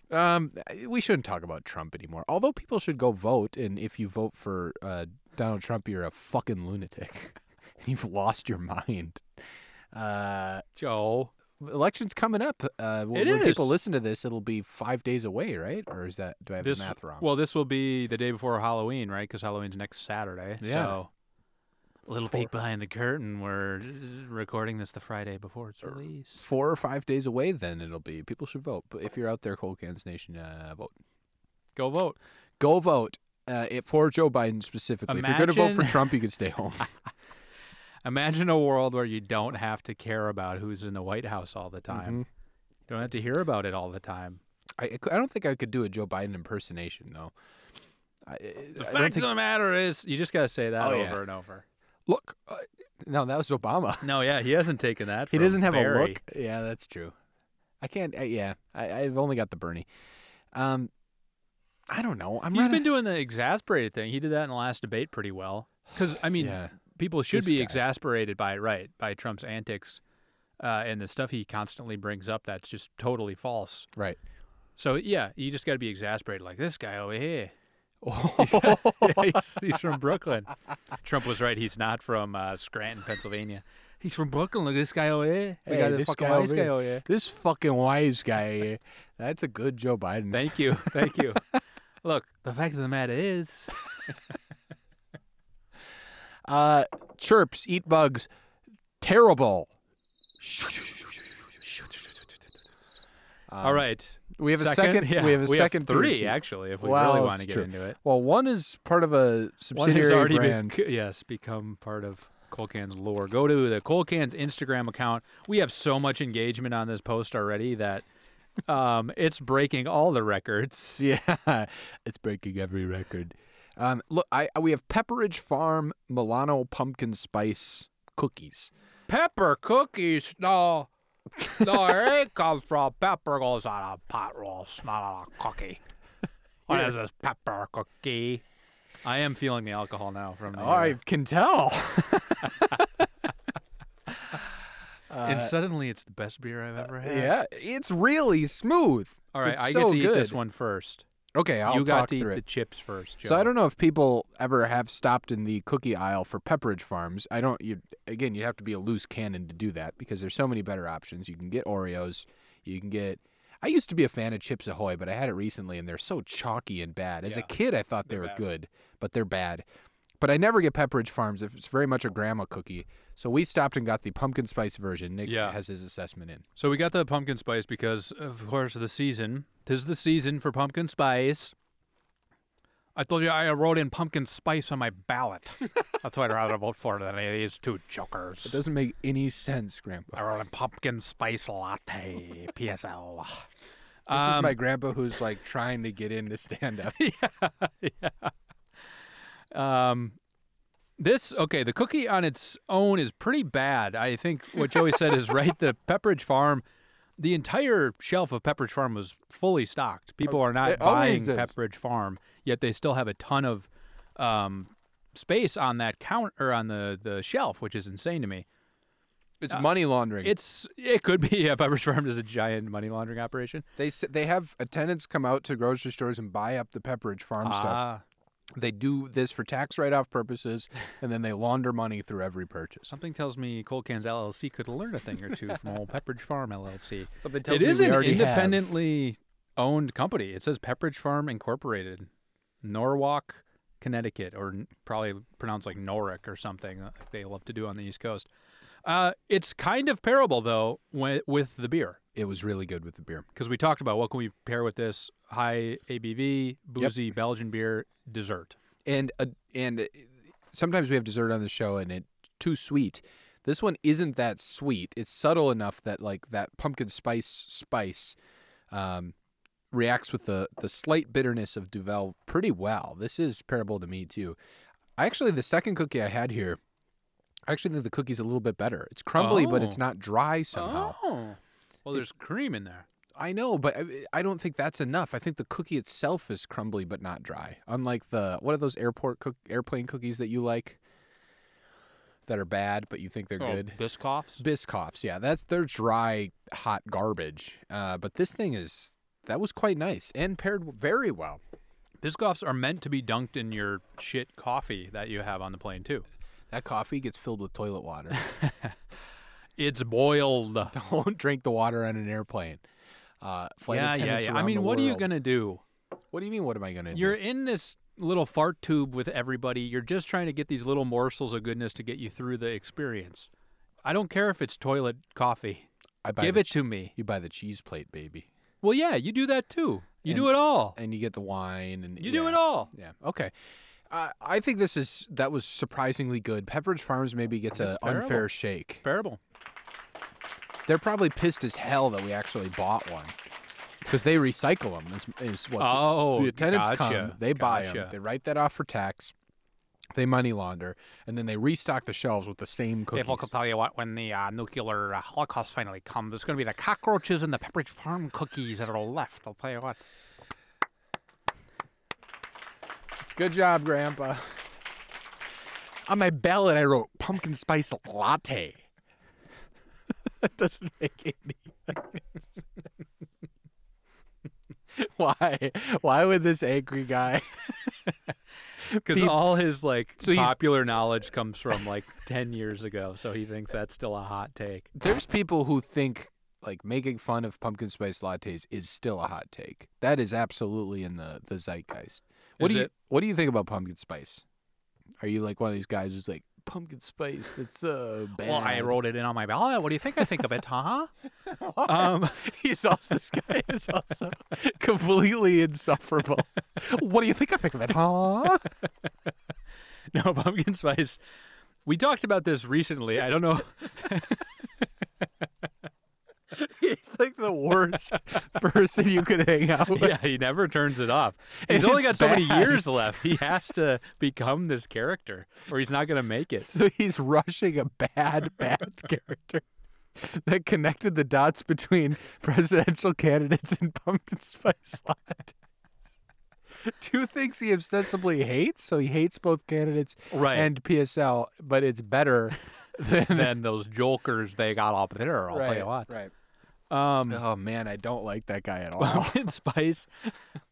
[SPEAKER 1] Um, we shouldn't talk about Trump anymore. Although people should go vote, and if you vote for uh, Donald Trump, you're a fucking lunatic. You've lost your mind. Uh,
[SPEAKER 3] Joe.
[SPEAKER 1] election's coming up. Uh, when,
[SPEAKER 3] It
[SPEAKER 1] when people
[SPEAKER 3] is.
[SPEAKER 1] listen to this, it'll be five days away, right? Or is that do I have
[SPEAKER 3] This,
[SPEAKER 1] the math wrong?
[SPEAKER 3] Well, this will be the day before Halloween, right? Because Halloween's next Saturday.
[SPEAKER 1] Yeah.
[SPEAKER 3] So, a little peek behind the curtain. We're uh, recording this the Friday before it's released.
[SPEAKER 1] Four or five days away, then it'll be. People should vote. But if you're out there, Cold Cans Nation, uh, vote.
[SPEAKER 3] Go vote.
[SPEAKER 1] Go vote uh, it, for Joe Biden specifically. If you're going to vote
[SPEAKER 3] Imagine-
[SPEAKER 1] for Trump, you can stay home.
[SPEAKER 3] Imagine a world where you don't have to care about who's in the White House all the time.
[SPEAKER 1] Mhm.
[SPEAKER 3] You don't have to hear about it all the time.
[SPEAKER 1] I, I cou- I don't think I could do a Joe Biden impersonation though. I, I-
[SPEAKER 3] The
[SPEAKER 1] I
[SPEAKER 3] fact
[SPEAKER 1] don't
[SPEAKER 3] of
[SPEAKER 1] think-
[SPEAKER 3] the matter is, you just got to say that
[SPEAKER 1] Oh,
[SPEAKER 3] over
[SPEAKER 1] yeah.
[SPEAKER 3] and over.
[SPEAKER 1] look, uh, no, that was Obama.
[SPEAKER 3] No, yeah, he hasn't taken that.
[SPEAKER 1] He
[SPEAKER 3] from
[SPEAKER 1] doesn't have
[SPEAKER 3] Barry.
[SPEAKER 1] a look. Yeah, that's true. I can't. I, yeah, I, I've only got the Bernie. Um, I don't know. I'm
[SPEAKER 3] He's
[SPEAKER 1] not a-
[SPEAKER 3] been doing the exasperated thing. He did that in the last debate pretty well. Because I mean,
[SPEAKER 1] Yeah.
[SPEAKER 3] people should
[SPEAKER 1] This
[SPEAKER 3] be
[SPEAKER 1] guy.
[SPEAKER 3] exasperated by right by Trump's antics uh, and the stuff he constantly brings up. That's just totally false.
[SPEAKER 1] right.
[SPEAKER 3] So yeah, you just got to be exasperated, like this guy over here.
[SPEAKER 1] Oh,
[SPEAKER 3] Yeah, he's, he's from Brooklyn. Trump was right. He's not from uh, Scranton, Pennsylvania. He's from Brooklyn. Look at this guy over here. We
[SPEAKER 1] Hey,
[SPEAKER 3] got the
[SPEAKER 1] this
[SPEAKER 3] fucking
[SPEAKER 1] guy
[SPEAKER 3] wise
[SPEAKER 1] over
[SPEAKER 3] guy
[SPEAKER 1] here.
[SPEAKER 3] over here.
[SPEAKER 1] this fucking wise guy. here. That's a good Joe Biden.
[SPEAKER 3] Thank you. Thank you. Look, the fact of the matter is,
[SPEAKER 1] Uh, chirps, eat bugs, terrible.
[SPEAKER 3] all right.
[SPEAKER 1] Um, We have a second.
[SPEAKER 3] yeah,
[SPEAKER 1] we have a second. beer
[SPEAKER 3] three
[SPEAKER 1] too.
[SPEAKER 3] actually. If we
[SPEAKER 1] Well,
[SPEAKER 3] really want
[SPEAKER 1] it's
[SPEAKER 3] to get
[SPEAKER 1] true.
[SPEAKER 3] into it,
[SPEAKER 1] Well, one is part of a
[SPEAKER 3] one has
[SPEAKER 1] subsidiary
[SPEAKER 3] already
[SPEAKER 1] brand.
[SPEAKER 3] been yes become part of Cold Can's lore. Go to the Cold Can's Instagram account. We have so much engagement on this post already that um, it's breaking all the records.
[SPEAKER 1] yeah, it's breaking every record. Um, look, I we have Pepperidge Farm Milano pumpkin spice cookies.
[SPEAKER 3] Pepper cookies, no. No, it comes from pepper goes on a pot roast, not on a cookie. What is this pepper cookie? I am feeling the alcohol now from the,
[SPEAKER 1] I can tell.
[SPEAKER 3] uh, and suddenly it's the best beer I've ever had.
[SPEAKER 1] yeah, it's really smooth.
[SPEAKER 3] All right,
[SPEAKER 1] It's
[SPEAKER 3] I
[SPEAKER 1] so
[SPEAKER 3] get to eat this
[SPEAKER 1] good.
[SPEAKER 3] one first.
[SPEAKER 1] Okay, I'll
[SPEAKER 3] you
[SPEAKER 1] talk
[SPEAKER 3] got to eat
[SPEAKER 1] through
[SPEAKER 3] the
[SPEAKER 1] it.
[SPEAKER 3] chips first, Joe.
[SPEAKER 1] So I don't know if people ever have stopped in the cookie aisle for Pepperidge Farms. I don't. You again, you have to be a loose cannon to do that because there's so many better options. You can get Oreos. You can get. I used to be a fan of Chips Ahoy, but I had it recently, and they're so chalky and bad. As a kid, I thought they were good, but they're bad. But I never get Pepperidge Farms. It's very much a grandma cookie. So we stopped and got the pumpkin spice version. Nick
[SPEAKER 3] Yeah.
[SPEAKER 1] has his assessment in.
[SPEAKER 3] So we got the pumpkin spice because, of course, the season. Tis the season for pumpkin spice. I told you I wrote in pumpkin spice on my ballot. That's what I'd rather vote for than any of these two
[SPEAKER 1] It
[SPEAKER 3] jokers.
[SPEAKER 1] doesn't make any sense, Grandpa.
[SPEAKER 3] I wrote in pumpkin spice latte, PSL.
[SPEAKER 1] This is
[SPEAKER 3] Um,
[SPEAKER 1] my grandpa who's like trying to get into stand up.
[SPEAKER 3] Um, this okay. The cookie on its own is pretty bad. I think what Joey said is right. The Pepperidge Farm, the entire shelf of Pepperidge Farm was fully stocked. People are not
[SPEAKER 1] always
[SPEAKER 3] buying
[SPEAKER 1] is.
[SPEAKER 3] Pepperidge Farm, yet they still have a ton of um, space on that counter or on the, the shelf, which is insane to me.
[SPEAKER 1] It's
[SPEAKER 3] Uh,
[SPEAKER 1] money laundering.
[SPEAKER 3] It's it could be yeah, Pepperidge Farm is a giant money laundering operation.
[SPEAKER 1] they s- they have attendants come out to grocery stores and buy up the Pepperidge Farm stuff.
[SPEAKER 3] Ah,
[SPEAKER 1] They do this for tax write-off purposes, and then they launder money through every purchase.
[SPEAKER 3] something tells me Cold Cans LLC could learn a thing or two from old Pepperidge Farm LLC.
[SPEAKER 1] Something tells
[SPEAKER 3] It
[SPEAKER 1] me
[SPEAKER 3] is
[SPEAKER 1] we
[SPEAKER 3] an
[SPEAKER 1] already have.
[SPEAKER 3] independently owned company. It says Pepperidge Farm Incorporated, Norwalk, Connecticut, or n- probably pronounced like Norick or something. uh, They love to do on the East Coast. Uh, it's kind of parable though wi- with the beer
[SPEAKER 1] It was really good with the beer.
[SPEAKER 3] because we talked about what can we pair with this high ABV boozy Belgian beer dessert.
[SPEAKER 1] and uh, and uh, sometimes we have dessert on the show and it's too sweet. This one isn't that sweet. It's subtle enough that like that pumpkin spice spice um, reacts with the the slight bitterness of Duvel pretty well. This is parable to me too. I Actually, the second cookie I had here, I actually think the cookie's a little bit better. It's crumbly, but it's
[SPEAKER 3] Oh.
[SPEAKER 1] not dry somehow.
[SPEAKER 3] Oh, well, there's cream in there.
[SPEAKER 1] I know, but I, I don't think that's enough. I think the cookie itself is crumbly but not dry. Unlike the what are those airport cook, airplane cookies that you like that are bad but you think they're
[SPEAKER 3] Oh,
[SPEAKER 1] good?
[SPEAKER 3] Biscoffs.
[SPEAKER 1] Biscoffs, yeah, that's they're dry, hot garbage. Uh, but this thing is that was quite nice and paired very well.
[SPEAKER 3] Biscoffs are meant to be dunked in your shit coffee that you have on the plane too.
[SPEAKER 1] That coffee gets filled with toilet water.
[SPEAKER 3] It's boiled.
[SPEAKER 1] don't drink the water on an airplane. Uh, flight
[SPEAKER 3] yeah, yeah,
[SPEAKER 1] attendants
[SPEAKER 3] yeah. I
[SPEAKER 1] around
[SPEAKER 3] mean,
[SPEAKER 1] the
[SPEAKER 3] what are you
[SPEAKER 1] world-
[SPEAKER 3] gonna do?
[SPEAKER 1] What do you mean? What am I gonna
[SPEAKER 3] You're
[SPEAKER 1] do?
[SPEAKER 3] in this little fart tube with everybody. You're just trying to get these little morsels of goodness to get you through the experience. I don't care if it's toilet coffee.
[SPEAKER 1] I buy
[SPEAKER 3] Give
[SPEAKER 1] the
[SPEAKER 3] it
[SPEAKER 1] che-
[SPEAKER 3] to me.
[SPEAKER 1] You buy the cheese plate, baby,
[SPEAKER 3] Well, yeah, you do that too. You
[SPEAKER 1] And-
[SPEAKER 3] do it all.
[SPEAKER 1] and you get the wine and
[SPEAKER 3] You do
[SPEAKER 1] yeah.
[SPEAKER 3] it all.
[SPEAKER 1] Yeah. Okay. Uh, I think this is that was surprisingly good. Pepperidge Farms maybe gets an
[SPEAKER 3] It's terrible.
[SPEAKER 1] unfair shake.
[SPEAKER 3] Parable.
[SPEAKER 1] They're probably pissed as hell that we actually bought one because they recycle them. Is, is what the-
[SPEAKER 3] Oh,
[SPEAKER 1] the attendants
[SPEAKER 3] gotcha,
[SPEAKER 1] come, they buy them,
[SPEAKER 3] gotcha.
[SPEAKER 1] they write that off for tax, they money launder, and then they restock the shelves with the same cookies.
[SPEAKER 3] If I could tell you what, when the uh, nuclear uh, holocaust finally comes, there's going to be the cockroaches and the Pepperidge Farm cookies that are left. I'll tell you what.
[SPEAKER 1] It's good job, Grandpa. On my ballot, I wrote pumpkin spice latte. that doesn't make any. Why? Why would this angry guy?
[SPEAKER 3] Because
[SPEAKER 1] Peop-
[SPEAKER 3] all his like
[SPEAKER 1] So he's-
[SPEAKER 3] popular knowledge comes from like ten years ago, so he thinks that's still a hot take.
[SPEAKER 1] There's people who think like making fun of pumpkin spice lattes is still a hot take. That is absolutely in the the zeitgeist. What
[SPEAKER 3] Is
[SPEAKER 1] do you
[SPEAKER 3] it?
[SPEAKER 1] What do you think about pumpkin spice? Are you like one of these guys who's like pumpkin spice? That's uh bad.
[SPEAKER 3] Well, I wrote it in on my ballot. What do you think I think of it, Uh-huh. huh? um,
[SPEAKER 1] He's also this guy is also completely insufferable. what do you think I think of it, huh?
[SPEAKER 3] no, pumpkin spice. We talked about this recently. I don't know.
[SPEAKER 1] He's like the worst person you could hang out with.
[SPEAKER 3] yeah, he never turns it off.
[SPEAKER 1] And
[SPEAKER 3] He's only got
[SPEAKER 1] it's
[SPEAKER 3] so many
[SPEAKER 1] bad.
[SPEAKER 3] years left. He has to become this character, or he's not going to make it.
[SPEAKER 1] So he's rushing a bad, bad character that connected the dots between presidential candidates and pumpkin spice latte. Two things he ostensibly hates, so he hates both candidates
[SPEAKER 3] Right.
[SPEAKER 1] and PSL, but it's better than
[SPEAKER 3] than those jokers they got up there. I'll tell you what.
[SPEAKER 1] Right.
[SPEAKER 3] Um,
[SPEAKER 1] Oh man, I don't like that guy at all.
[SPEAKER 3] pumpkin spice.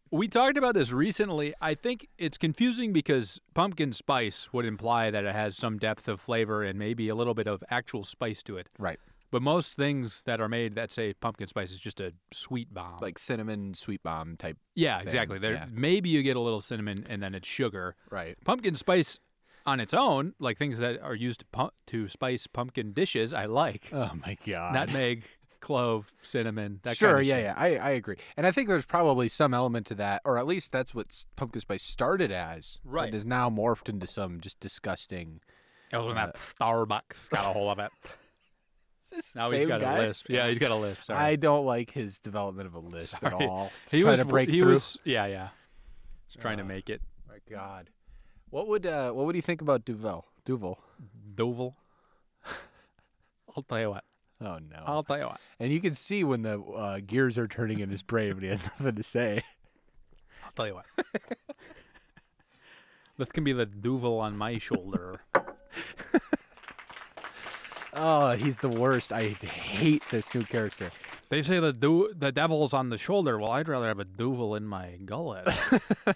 [SPEAKER 3] We talked about this recently. I think it's confusing because pumpkin spice would imply that it has some depth of flavor and maybe a little bit of actual spice to it.
[SPEAKER 1] right.
[SPEAKER 3] But most things that are made that say pumpkin spice is just a sweet bomb.
[SPEAKER 1] Like cinnamon sweet bomb type.
[SPEAKER 3] yeah,
[SPEAKER 1] thing,
[SPEAKER 3] exactly. There
[SPEAKER 1] yeah.
[SPEAKER 3] maybe you get a little cinnamon and then it's sugar.
[SPEAKER 1] Right.
[SPEAKER 3] Pumpkin spice on its own, like things that are used to, pu- to spice pumpkin dishes, I like.
[SPEAKER 1] Oh my god.
[SPEAKER 3] Nutmeg, clove, cinnamon. That
[SPEAKER 1] sure,
[SPEAKER 3] kind of
[SPEAKER 1] yeah,
[SPEAKER 3] shit.
[SPEAKER 1] yeah. I, I agree. And I think there's probably some element to that, or at least that's what s- pumpkin spice started as.
[SPEAKER 3] Right.
[SPEAKER 1] And is now morphed into some just disgusting
[SPEAKER 3] It was when
[SPEAKER 1] Uh,
[SPEAKER 3] that Starbucks got a hold of it. now he's
[SPEAKER 1] same
[SPEAKER 3] got
[SPEAKER 1] guy?
[SPEAKER 3] a lisp. Yeah, he's got a lisp. Sorry.
[SPEAKER 1] I don't like his development of a lisp at
[SPEAKER 3] Sorry.
[SPEAKER 1] all. He's
[SPEAKER 3] he
[SPEAKER 1] trying
[SPEAKER 3] was
[SPEAKER 1] to break
[SPEAKER 3] he
[SPEAKER 1] through.
[SPEAKER 3] was yeah, yeah. He's trying to
[SPEAKER 1] Uh,
[SPEAKER 3] make it
[SPEAKER 1] my god. What would uh what would you think about Duvel? Duvel.
[SPEAKER 3] Doval. I'll tell you what.
[SPEAKER 1] Oh no.
[SPEAKER 3] I'll tell you what.
[SPEAKER 1] And you can see when the uh, gears are turning in his brain, but he has nothing to say.
[SPEAKER 3] I'll tell you what. That can be the Duval on my shoulder.
[SPEAKER 1] Oh, he's the worst. I hate this new character.
[SPEAKER 3] they say the du- the devil's on the shoulder. Well, I'd rather have a Duval in my gullet.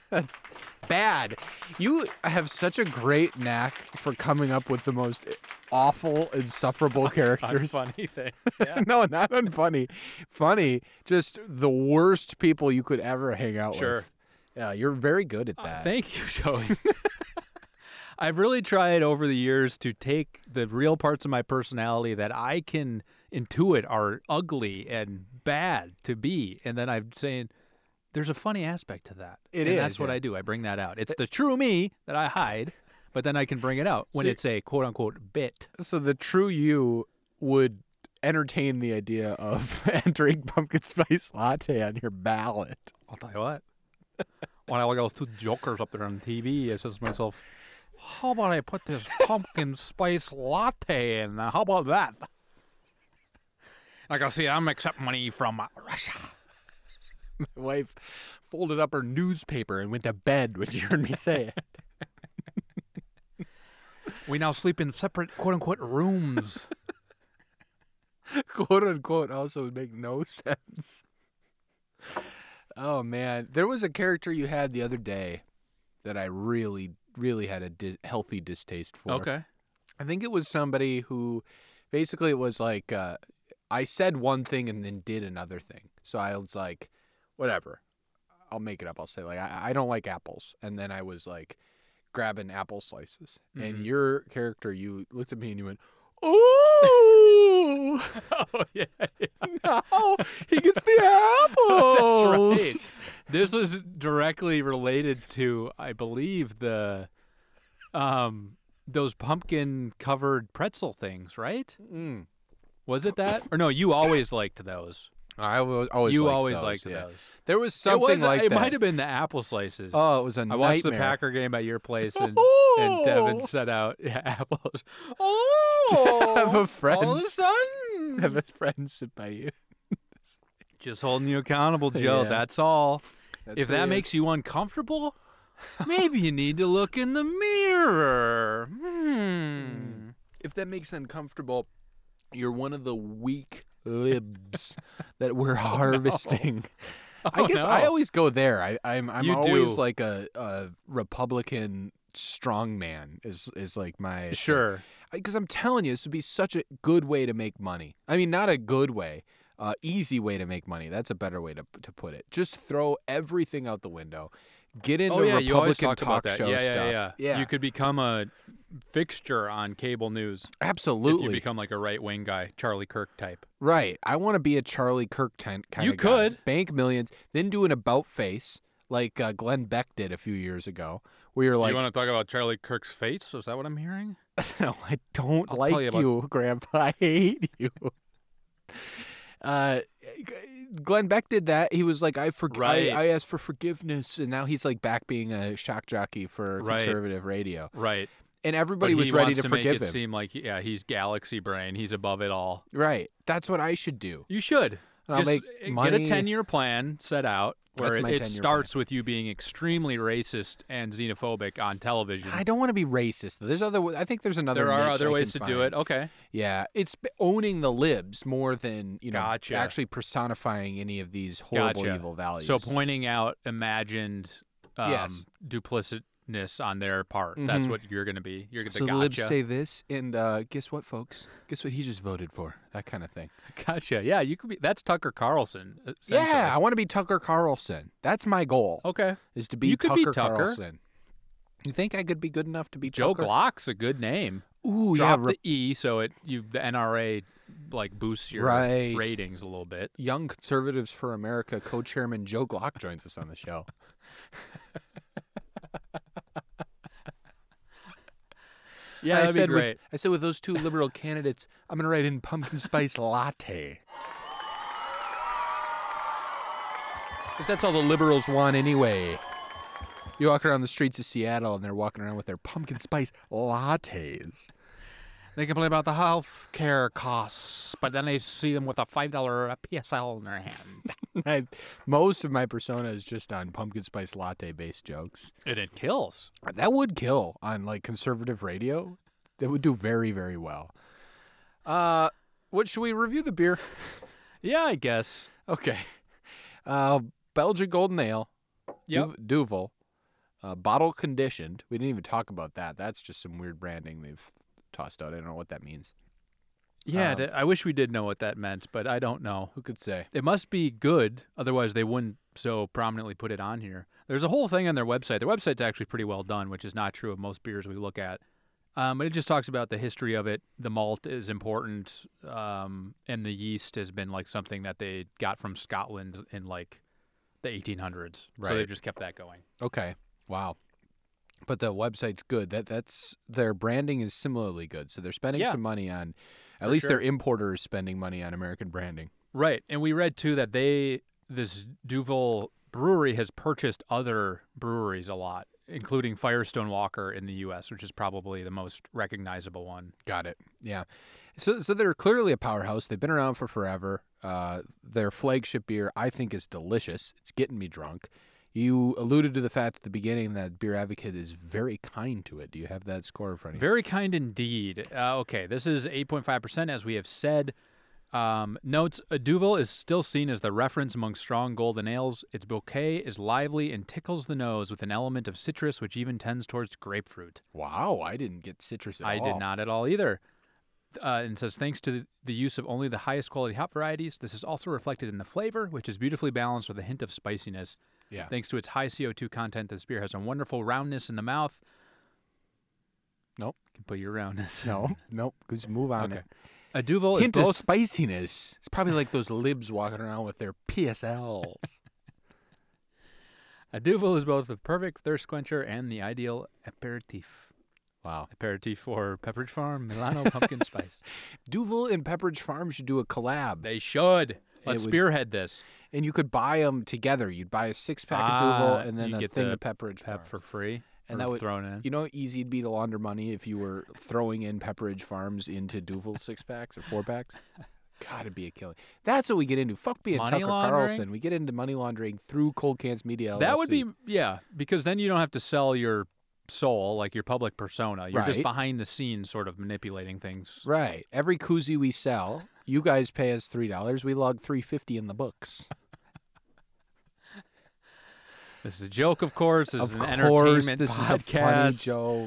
[SPEAKER 1] That's bad. You have such a great knack for coming up with the most awful, insufferable characters.
[SPEAKER 3] funny things. Yeah.
[SPEAKER 1] no, not unfunny. Funny, just the worst people you could ever hang out
[SPEAKER 3] Sure.
[SPEAKER 1] with. Yeah, you're very good at
[SPEAKER 3] Uh,
[SPEAKER 1] that.
[SPEAKER 3] thank you, Joey. I've really tried over the years to take the real parts of my personality that I can intuit are ugly and bad to be, and then I'm saying there's a funny aspect to that.
[SPEAKER 1] It
[SPEAKER 3] and
[SPEAKER 1] is,
[SPEAKER 3] That's what
[SPEAKER 1] yeah.
[SPEAKER 3] I do. I bring that out. It's the true me that I hide, but then I can bring it out when
[SPEAKER 1] So-
[SPEAKER 3] it's a quote unquote bit.
[SPEAKER 1] so the true you would entertain the idea of entering pumpkin spice latte on your ballot.
[SPEAKER 3] I'll tell you what. when I look at those two jokers up there on TV, I says to myself, how about I put this pumpkin spice latte in? How about that? Like I see, I'm accepting money from uh, Russia.
[SPEAKER 1] My wife folded up her newspaper and went to bed when she heard me say it.
[SPEAKER 3] We now sleep in separate quote unquote rooms.
[SPEAKER 1] quote unquote also would make no sense. Oh man, there was a character you had the other day that I really, really had a di- healthy distaste for. I think it was somebody who basically it was like uh, I said one thing and then did another thing. So I was like, whatever, I'll make it up. I'll say like I, I don't like apples, and then I was like grabbing apple slices.
[SPEAKER 3] Mhm.
[SPEAKER 1] And your character, you looked at me and you went, "Ooh!"
[SPEAKER 3] Oh yeah.
[SPEAKER 1] No, he gets the apples.
[SPEAKER 3] right. This was directly related to, I believe, the um those pumpkin covered pretzel things, right?
[SPEAKER 1] Mm.
[SPEAKER 3] Was it that? Or no, you always liked those.
[SPEAKER 1] I was always
[SPEAKER 3] you
[SPEAKER 1] liked
[SPEAKER 3] always
[SPEAKER 1] those,
[SPEAKER 3] liked
[SPEAKER 1] yeah.
[SPEAKER 3] those.
[SPEAKER 1] There was
[SPEAKER 3] it
[SPEAKER 1] something
[SPEAKER 3] was,
[SPEAKER 1] like
[SPEAKER 3] it
[SPEAKER 1] that.
[SPEAKER 3] might have been the apple slices.
[SPEAKER 1] Oh, it was a
[SPEAKER 3] I
[SPEAKER 1] nightmare.
[SPEAKER 3] watched the Packer game at your place, and, and
[SPEAKER 1] Oh!
[SPEAKER 3] Devin set out yeah, apples.
[SPEAKER 1] Oh, have a friend.
[SPEAKER 3] All of a sudden,
[SPEAKER 1] have a friend sit by you.
[SPEAKER 3] just holding you accountable, Joe.
[SPEAKER 1] Yeah.
[SPEAKER 3] That's all.
[SPEAKER 1] That's
[SPEAKER 3] if
[SPEAKER 1] what
[SPEAKER 3] that
[SPEAKER 1] he
[SPEAKER 3] makes you uncomfortable, maybe you need to look in the mirror. Hmm.
[SPEAKER 1] is. if that makes uncomfortable, you're one of the weak libs that we're harvesting. I
[SPEAKER 3] Oh,
[SPEAKER 1] guess I
[SPEAKER 3] no.
[SPEAKER 1] always go there. I, I'm I'm
[SPEAKER 3] You
[SPEAKER 1] always
[SPEAKER 3] do.
[SPEAKER 1] like a, a Republican strongman is is like my
[SPEAKER 3] Sure.
[SPEAKER 1] because I'm telling you, this would be such a good way to make money. I mean, not a good way, uh, easy way to make money. That's a better way to to put it. Just throw everything out the window. Get into
[SPEAKER 3] oh yeah, you always
[SPEAKER 1] Republican
[SPEAKER 3] talk
[SPEAKER 1] talk
[SPEAKER 3] about that.
[SPEAKER 1] show
[SPEAKER 3] yeah,
[SPEAKER 1] stuff.
[SPEAKER 3] yeah, yeah, You could become a fixture on cable news if you
[SPEAKER 1] absolutely
[SPEAKER 3] become like a right wing guy, Charlie Kirk type.
[SPEAKER 1] right. I want to be a Charlie Kirk kind kind
[SPEAKER 3] You
[SPEAKER 1] of
[SPEAKER 3] could.
[SPEAKER 1] bank millions, then do an about face like uh, Glenn Beck did a few years ago, where you're like,
[SPEAKER 3] you want to talk about Charlie Kirk's face? Is that what I'm hearing?
[SPEAKER 1] No, I don't
[SPEAKER 3] I'll tell
[SPEAKER 1] like you,
[SPEAKER 3] you about-
[SPEAKER 1] Grandpa. I hate you. Uh, Glenn Beck did that. He was like, I forg-
[SPEAKER 3] Right.
[SPEAKER 1] I, I asked for forgiveness, and now he's like back being a shock jockey for
[SPEAKER 3] Right.
[SPEAKER 1] conservative radio,
[SPEAKER 3] Right.
[SPEAKER 1] and everybody
[SPEAKER 3] he
[SPEAKER 1] was ready
[SPEAKER 3] wants
[SPEAKER 1] to,
[SPEAKER 3] to, make
[SPEAKER 1] forgive
[SPEAKER 3] it
[SPEAKER 1] him.
[SPEAKER 3] seem like yeah, he's galaxy brain. He's above it all.
[SPEAKER 1] right, that's what I should do.
[SPEAKER 3] You should
[SPEAKER 1] And I'll
[SPEAKER 3] Just
[SPEAKER 1] make
[SPEAKER 3] uh,
[SPEAKER 1] money.
[SPEAKER 3] get a ten-year plan set out where
[SPEAKER 1] That's
[SPEAKER 3] it,
[SPEAKER 1] my
[SPEAKER 3] it
[SPEAKER 1] 10-year
[SPEAKER 3] starts with you being extremely racist and xenophobic on television.
[SPEAKER 1] I don't want to be racist. though. There's other. I think there's another.
[SPEAKER 3] there are
[SPEAKER 1] niche
[SPEAKER 3] other
[SPEAKER 1] I
[SPEAKER 3] ways to
[SPEAKER 1] can
[SPEAKER 3] do
[SPEAKER 1] find.
[SPEAKER 3] it. Okay.
[SPEAKER 1] Yeah, it's b- owning the libs more than you know
[SPEAKER 3] Gotcha.
[SPEAKER 1] actually personifying any of these horrible
[SPEAKER 3] Gotcha.
[SPEAKER 1] evil values.
[SPEAKER 3] So pointing out imagined um,
[SPEAKER 1] Yes.
[SPEAKER 3] duplicitness on their part. That's
[SPEAKER 1] Mhm.
[SPEAKER 3] what you're going to be. You're going to
[SPEAKER 1] So the libs
[SPEAKER 3] gotcha.
[SPEAKER 1] say this, and uh, guess what, folks? Guess what he just voted for? That kind of thing.
[SPEAKER 3] gotcha. Yeah, you could be. That's Tucker Carlson. essentially.
[SPEAKER 1] Yeah, I want to be Tucker Carlson. That's my goal
[SPEAKER 3] Okay.
[SPEAKER 1] is to Oh, be
[SPEAKER 3] you could
[SPEAKER 1] Tucker
[SPEAKER 3] be Tucker.
[SPEAKER 1] Carlson. You think I could be good enough to be
[SPEAKER 3] Joe
[SPEAKER 1] Tucker?
[SPEAKER 3] Glock's a good name.
[SPEAKER 1] Ooh,
[SPEAKER 3] Drop
[SPEAKER 1] yeah, re-
[SPEAKER 3] the E so it you the NRA like boosts your
[SPEAKER 1] Right.
[SPEAKER 3] ratings a little bit.
[SPEAKER 1] Young Conservatives for America co-chairman Joe Glock joins us on the show.
[SPEAKER 3] Yeah,
[SPEAKER 1] I
[SPEAKER 3] that'd be
[SPEAKER 1] said
[SPEAKER 3] great.
[SPEAKER 1] With, I said with those two liberal candidates, I'm gonna write in pumpkin spice latte. Because that's all the liberals want anyway. You walk around the streets of Seattle and they're walking around with their pumpkin spice lattes.
[SPEAKER 6] They complain about the health care costs, but then they see them with a $5 PSL in their hand.
[SPEAKER 1] I, most of my persona is just on pumpkin spice latte based jokes.
[SPEAKER 3] And it kills.
[SPEAKER 1] That would kill on like conservative radio. That would do very, very well. Uh, what should we review the beer?
[SPEAKER 3] Yeah, I guess.
[SPEAKER 1] Okay. Uh, Belgian Golden Ale.
[SPEAKER 3] Yep.
[SPEAKER 1] Duv- Duvel. Uh, bottle conditioned. We didn't even talk about that. That's just some weird branding they've tossed out. I don't know what that means.
[SPEAKER 3] Yeah,
[SPEAKER 1] Um,
[SPEAKER 3] th- I wish we did know what that meant, but I don't know.
[SPEAKER 1] Who could say?
[SPEAKER 3] It must be good, otherwise they wouldn't so prominently put it on here. There's a whole thing on their website. Their website's actually pretty well done, which is not true of most beers we look at. Um, but it just talks about the history of it. The malt is important, um, and the yeast has been like something that they got from Scotland in like the 1800s. So
[SPEAKER 1] Right.
[SPEAKER 3] they've just kept that going.
[SPEAKER 1] Okay. Wow. But the website's good. That that's their branding is similarly good. So they're spending
[SPEAKER 3] Yeah.
[SPEAKER 1] some money on at least their importer is spending money on American branding.
[SPEAKER 3] Right. And we read too that they this Duval brewery has purchased other breweries a lot, including Firestone Walker in the US, which is probably the most recognizable one.
[SPEAKER 1] Got it. Yeah. So so they're clearly a powerhouse. They've been around for forever. Uh, their flagship beer I think is delicious. It's getting me drunk. You alluded to the fact at the beginning that Beer Advocate is very kind to it. Do you have that score in front of you?
[SPEAKER 3] Very kind indeed. Uh, okay, this is 8.5% as we have said. Um, notes a Duval is still seen as the reference among strong golden ales. Its bouquet is lively and tickles the nose with an element of citrus which even tends towards grapefruit.
[SPEAKER 1] Wow, I didn't get citrus at
[SPEAKER 3] I
[SPEAKER 1] all.
[SPEAKER 3] did not at all either. Uh, and it says thanks to the use of only the highest quality hop varieties, this is also reflected in the flavor, which is beautifully balanced with a hint of spiciness.
[SPEAKER 1] Yeah.
[SPEAKER 3] Thanks to its high CO2 content, this beer has a wonderful roundness in the mouth.
[SPEAKER 1] Nope.
[SPEAKER 3] can put your roundness.
[SPEAKER 1] No, nope. Just move on.
[SPEAKER 3] Okay.
[SPEAKER 1] it.
[SPEAKER 3] A Duvel is
[SPEAKER 1] hint of
[SPEAKER 3] both.
[SPEAKER 1] spiciness. It's probably like those libs walking around with their PSLs.
[SPEAKER 3] A Duvel is both the perfect thirst quencher and the ideal aperitif.
[SPEAKER 1] wow.
[SPEAKER 3] Aperitif for Pepperidge Farm Milano pumpkin spice.
[SPEAKER 1] Duvel and Pepperidge Farm should do a collab,
[SPEAKER 3] They should. Let's
[SPEAKER 1] would-
[SPEAKER 3] spearhead this.
[SPEAKER 1] and you could buy them together. You'd buy a six pack of
[SPEAKER 3] Ah,
[SPEAKER 1] Duvel and then
[SPEAKER 3] you
[SPEAKER 1] a
[SPEAKER 3] get
[SPEAKER 1] thing
[SPEAKER 3] the
[SPEAKER 1] of Pepperidge
[SPEAKER 3] Pep
[SPEAKER 1] Farm.
[SPEAKER 3] for free.
[SPEAKER 1] And
[SPEAKER 3] or
[SPEAKER 1] that would-
[SPEAKER 3] thrown in.
[SPEAKER 1] You know, how easy it'd be to launder money if you were throwing in Pepperidge Farms into Duvel six packs or four packs. God, it'd be a killing. That's what we get into. Fuck being
[SPEAKER 3] Money
[SPEAKER 1] Tucker
[SPEAKER 3] laundering?
[SPEAKER 1] Carlson. We get into money laundering through Cold Cans Media.
[SPEAKER 3] That would
[SPEAKER 1] LLC.
[SPEAKER 3] be yeah, because then you don't have to sell your soul, like your public persona. You're just
[SPEAKER 1] Right.
[SPEAKER 3] behind the scenes, sort of manipulating things.
[SPEAKER 1] Right. Every koozie we sell, you guys pay us three dollars. We log three fifty in the books.
[SPEAKER 3] This is a joke, of course. This is an
[SPEAKER 1] of course,
[SPEAKER 3] entertainment
[SPEAKER 1] this
[SPEAKER 3] podcast.
[SPEAKER 1] is a funny